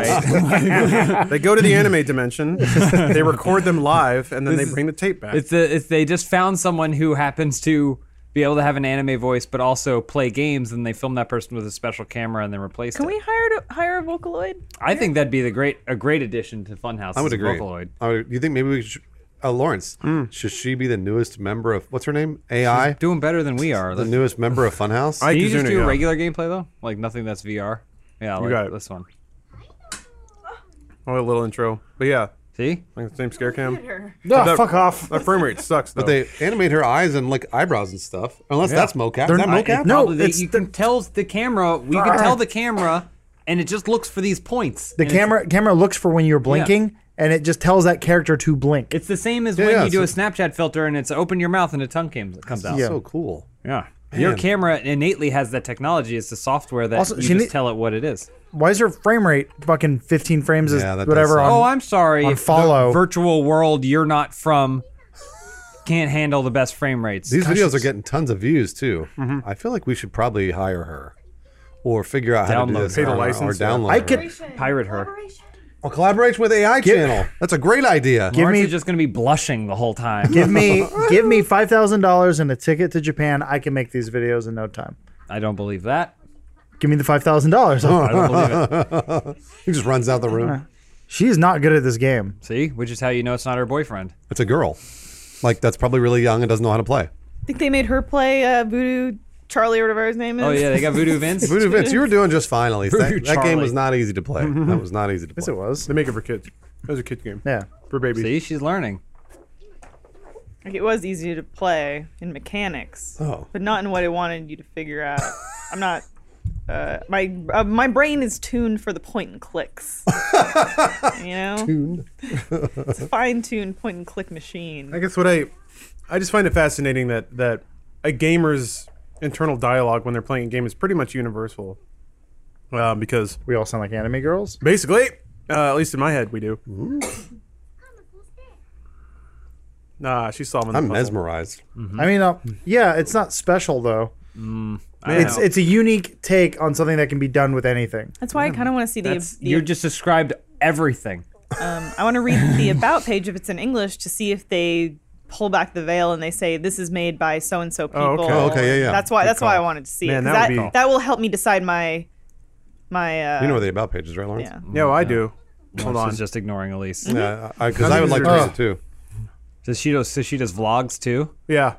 they go to the anime dimension, they record them live, and then This they is- bring the tape back. It's, a, it's they just found someone who happens to be able to have an anime voice, but also play games, and they film that person with a special camera and then replace Can it. we hire to, hire a Vocaloid? I think that'd be the great a great addition to Funhouse. I is would a agree. Vocaloid. I would, you think maybe we should? Uh, Lawrence, should she be the newest member of what's her name? AI, Doing better than we are. the Let's- newest member of Funhouse. I- Can you just Kizuna, do yeah. regular gameplay though? Like nothing that's VR. Yeah, like got it. this one. oh, a little intro, but yeah, See, like the same scare Look at cam. her. Ah, that- fuck off. That frame rate sucks, though. but they animate her eyes and like eyebrows and stuff. Unless that's mocap. Is that I- mocap? it No, probably- it's you the- can tell the camera. You can tell the camera, and it just looks for these points. and The it's- camera camera looks for when you're blinking, and it just tells that character to blink. It's the same as when yeah, you do a Snapchat filter and it's open your mouth and a tongue came, comes out. Yeah. so cool. Yeah. Your Man. camera innately has that technology. It's the software that Also, you she just need- tell it what it is. Why is her frame rate fucking 15 frames is Yeah, that does whatever suck. on Oh, I'm sorry. on if the follow. virtual world you're not from can't handle the best frame rates. These videos are getting tons of views too. Mm-hmm. I feel like we should probably hire her, or figure out how to do Download this her. Pay the on our- license, or yeah. download. I her. could Pirate her. Or collaborate with AI channel. That's a great idea. give Aren't me you just going to be blushing the whole time? give me give me five thousand dollars and a ticket to Japan. I can make these videos in no time. I don't believe that. Give me the five thousand dollars. I don't believe it. He just runs out the room. She's not good at this game. See, which is how you know it's not her boyfriend. It's a girl. Like that's probably really young and doesn't know how to play. I think they made her play uh, Voodoo Charlie or whatever his name is. Oh yeah, they got Voodoo Vince. Voodoo Vince, you were doing just fine, Elise. Voodoo That, that game Charlie. was not easy to play. That was not easy to play. Yes, Mm-hmm. it was. they make it for kids. That was a kid game Yeah. for babies. See, she's learning. Like, it was easy to play in mechanics, Oh, but not in what I wanted you to figure out. I'm not. Uh, my uh, my brain is tuned for the point and clicks. you know, tuned. it's a fine-tuned point and click I machine. guess what I I just find it fascinating that that a gamer's internal dialogue when they're playing a game is pretty much universal, um, because We all sound like anime girls. basically, uh, at least in my head, we do. Nah, she's solving. The I'm puzzle. mesmerized. I mean, uh, yeah, it's not special though. I don't It's know. it's a unique take on something that can be done with anything. That's why I kind of want to see the. That's- the you're just described everything. um, I want to read the about page if it's in English to see if they pull back the veil and they say this is made by so and so people. Oh, okay. Oh, okay, yeah, yeah. That's why. Good that's why I call. wanted to see Man, it. 'cause that That, would be- that, will help me decide my my. Uh, You know where the about page is, right, Lawrence? yeah. No, I do. Hold This on. is just ignoring Elise. Yeah, because I, would like to read it too. Does she does so she does vlogs too? Yeah.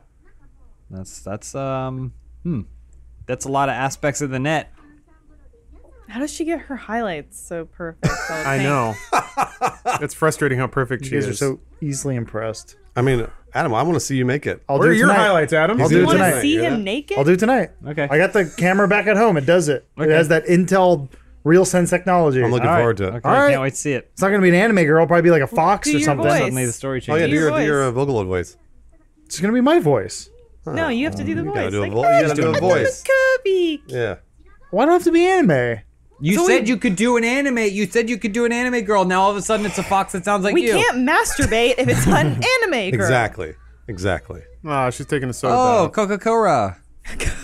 That's that's um hmm. That's a lot of aspects of the net. How does she get her highlights so perfect? all the I time? know. it's frustrating how perfect she You guys are is. so easily impressed. I mean, Adam, I want to see you make it. I'll Where do are it your tonight. highlights, Adam? I'll He's do it Want doing tonight. to see You hear him that? naked? I'll do it tonight. Okay. I got the camera back at home. It does it. Okay. It has that Intel Real Sense technology. I'm looking All right. forward to it. Okay, All I right. can't wait to see it. It's not going to be an anime girl. It'll probably be like a fox do or your something. voice. Suddenly the story Oh changes. yeah, do your, Your do your uh, voice. Vocaloid voice. It's going to be my voice. No, you have to do the You voice. gotta do a, like, vo- "Ah, you gotta do a voice. Kirby. Yeah. Why do I have to be anime? You So said we- you could do an anime. You said you could do an anime girl. Now all of a sudden it's a fox that sounds like We you. can't masturbate if it's an anime girl. Exactly. Exactly. Ah, she's taking a soda. Oh, bath. Coca Cola.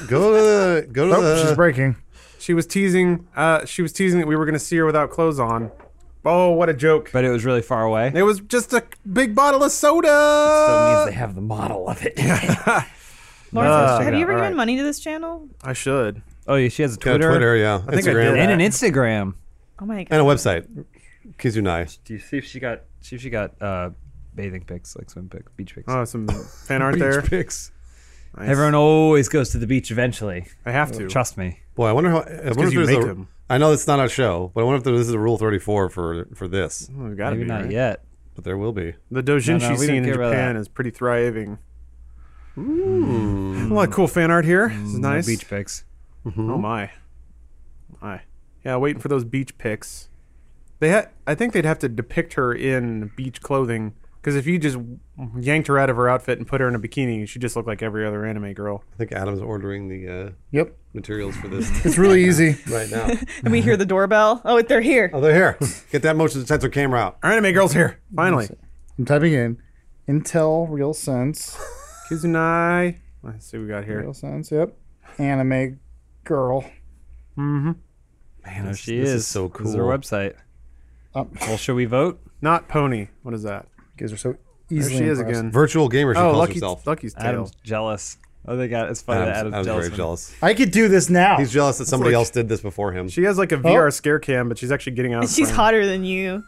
Go to the go to Oh, the she's breaking. She was teasing. Uh, she was teasing that we were going to see her without clothes on. Oh, what a joke! But it was really far away. It was just a big bottle of so it means soda. they have the model of it. Lawrence, Uh, have you ever all given right. money to this channel? I should. oh yeah, she has a yeah, Twitter, Twitter, yeah, think I Instagram, did. and an Instagram. Oh my god. and a website. Kizunai. Do you see if she got see if she got uh, bathing pics, like swim pics, beach pics? Oh, some fan art there. Pics. Nice. Everyone always goes to the beach eventually. I have to. Trust me. Boy, I wonder how. I wonder 'cause if you there's make a- them. I know it's not a show, but I wonder if there, this is a rule 34 for for this. Oh, gotta Maybe be, not right? yet. But there will be. The dojinshi No, no, we don't scene in care about Japan that. is pretty thriving. Ooh, a lot of cool fan art here. This is Mm, No nice. beach hmm? pics. Oh my, my. Yeah, waiting for those beach pics. They had. I think they'd have to depict her in beach clothing because if you just yanked her out of her outfit and put her in a bikini, she'd just look like every other anime girl. I think Adam's ordering the uh, Yep. materials for this It's really easy. right now. And we hear the doorbell. Oh, they're here. Oh, they're here. Get that motion sensor camera out. Our anime girl's here finally. I'm typing in Intel Real Sense. Kizunai. Let's see what we got here. Real Sense. Yep. Anime girl. Man, there she this is is. so This is her cool. website. Um, Well, should we vote? Not pony. What is that? You guys are so There easily. she is impressed. again. Virtual gamer, she Oh, calls Lucky, herself. Lucky's tail. Adam's jealous. Oh, they got it's funny. Adam's, that Adam's, Adam's jealous. very jealous. I could do this now. He's jealous that somebody like- else did this before him. She has like a VR scare cam, but she's actually getting out. And of she's frame. hotter than you.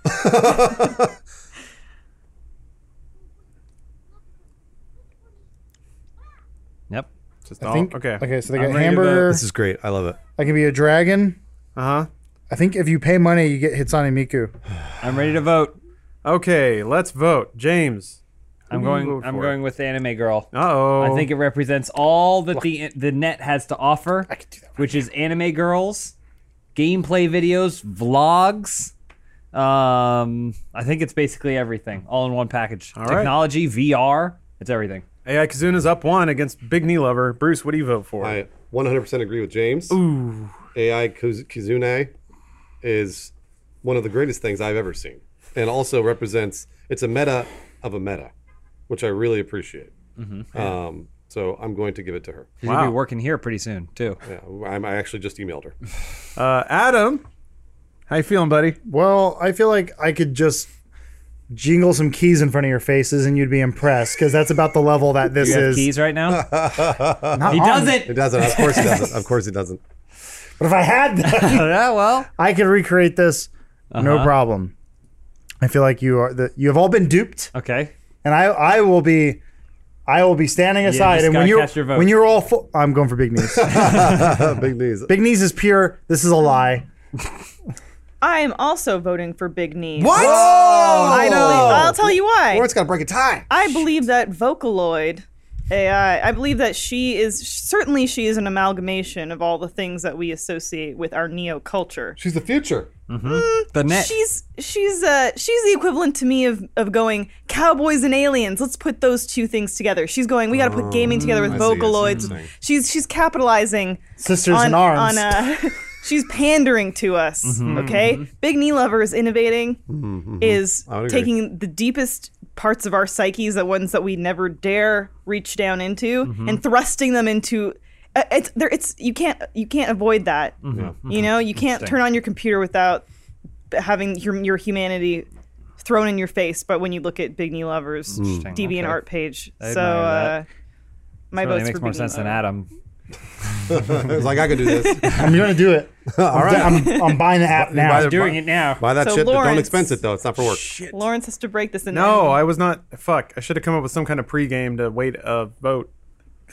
Yep. Just I all, think. okay. Okay. So they I'm got ready to hamburger. this is great. I love it. I can be a dragon. Uh huh. I think if you pay money, you get Hitsune Miku. I'm ready to vote. Okay, let's vote. James. I'm Who do you going. vote I'm for? going with the anime girl. Uh oh. I think it represents all that the the net has to offer, could do that right which is anime girls, gameplay videos, vlogs. Um, I think it's basically everything, all in one package. right. Technology, VR, it's everything. AI Kazuna's up one against Big Knee Lover. Bruce, what do you vote for? I 100% agree with James. Ooh. AI Kuz- Kizune is one of the greatest things I've ever seen, and also represents it's a meta of a meta, which I really appreciate. Um, so I'm going to give it to her. She's gonna Wow. be working here pretty soon too. Yeah, I'm, I actually just emailed her. Uh, Adam, how you feeling, buddy? Well, I feel like I could just jingle some keys in front of your faces and you'd be impressed because that's about the level that this You have is. keys right now. Not he on does me. It it. doesn't. Of course it doesn't. Of course it doesn't. But if I had that, yeah. Well. I could recreate this, Uh-huh. no problem. I feel like you are that you have all been duped, Okay. and I I will be. I will be standing aside, just and when gotta you're cast your vote. when you're all full, I'm going for big knees. Big news. big knees is pure. This is a lie. I'm also voting for Big Knee. What? Oh! I know. I'll tell you why. Lawrence got to break a tie. I believe that Vocaloid AI, I believe that she is certainly she is an amalgamation of all the things that we associate with our neo culture. She's the future. The net. She's she's uh she's the equivalent to me of of going cowboys and aliens. Let's put those two things together. She's going. We got to put gaming together with Oh, I see, I see what you're Vocaloids. saying. She's she's capitalizing Sisters on in arms. on uh, she's pandering to us. Mm-hmm. Okay, Big Knee Lover is innovating, is I would agree. taking the deepest parts Mm-hmm. of our psyches, the ones that we never dare reach down into, and thrusting them into uh, it's there. It's you can't you can't avoid that. Mm-hmm. You know, you can't Interesting. turn on your computer without having your your humanity thrown in your face. But when you look at Big Knee Lovers' Hmm. Interesting, DeviantArt okay. art page, I so admire uh, that. my really vote's makes for more Big Knee sense than Lovers. Adam. it's like I could do this. I'm going to do it. All I'm, right. I'm, I'm buying the app now. Buy the- Doing it now. Buy that So shit, but don't Lawrence- expense it though. It's not for work. Lawrence has to break this. In No, I was not. Fuck, I should have come up with some kind of pregame to wait a vote.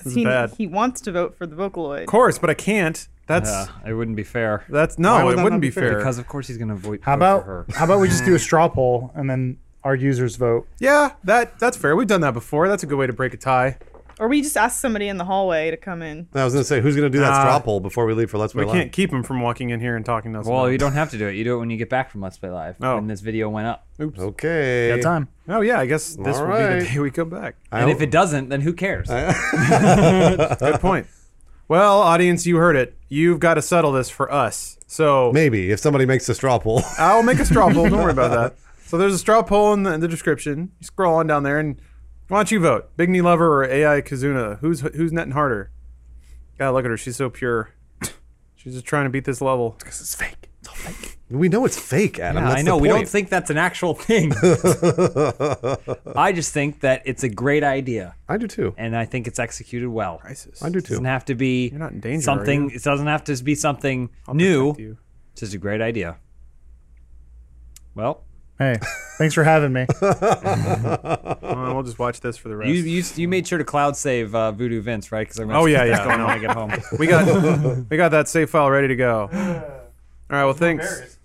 This is he, bad. he wants to vote for the Vocaloid. Of course, but I can't. That's Uh, it wouldn't be fair. that's no, would it that wouldn't not be be fair. Because of course he's gonna avoid. How about her? how about we just do a straw poll and then our users vote? yeah, that that's fair. We've done that before. That's a good way to break a tie. Or we just ask somebody in the hallway to come in. I was gonna say who's gonna do that Nah. straw poll before we leave for Let's Play We Live? can't keep him from walking in here and talking to us. Well, about Oh, you it. don't have to do it. You do it when you get back from Let's Play Live. Oh. When this video went up. Okay. Got time. Oh yeah, I guess this All will be right. the day we come back. I And don't- if it doesn't, then who cares? Good point. Well, audience, you heard it. You've got to settle this for us. So maybe if somebody makes a straw poll. I'll make a straw poll. Don't worry about that. So there's a straw poll in the, in the description. You scroll on down there and why don't you vote? Big Knee Lover or AI Kazuna? Who's who's netting harder? God, look at her. She's so pure. She's just trying to beat this level. we know it's fake, Adam. Yeah, That's I the know. We don't point. think that's an actual thing. I just think that it's a great idea, I do too. and I think it's executed well. It Crisis. I do too. doesn't have to be not in danger, are something. you? It doesn't have to be something New. new. It's just a great idea. Well, Hey, thanks for having me. Uh, we'll just watch this for the rest. you you, you made sure to cloud save uh, Voodoo Vince, right? Because I'm gonna Oh, see yeah, what's yeah. going on when I get home. we got we got that save file ready to go. All right. Well, thanks.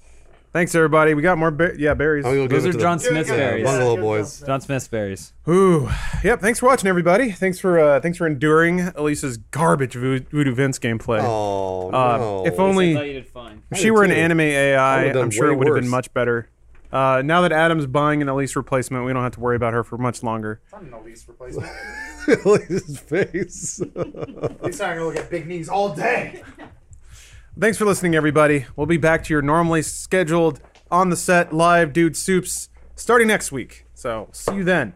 Thanks everybody. We got more. Ber- yeah, berries. Oh, you'll Those give it are to the- John Smith's Yeah, berries. Bungalow boys. John Smith's berries. Ooh, yep. Thanks for watching, everybody. Thanks for uh, thanks for enduring Elisa's garbage Vo- Voodoo Vince gameplay. Oh Uh, no. If only you did fine. if she were an too. anime AI, would've done I'm sure way it would have been worse. much better. Uh, now that Adam's buying an Elise replacement, we don't have to worry about her for much longer. his face. He's not gonna look at big knees all day. Thanks for listening, everybody. We'll be back to your normally scheduled on the set live dude soups starting next week. So see you then.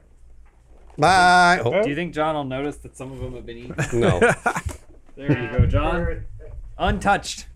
Bye. Oh, Do you think John will notice that some of them have been eaten? no. There you go, John. Untouched.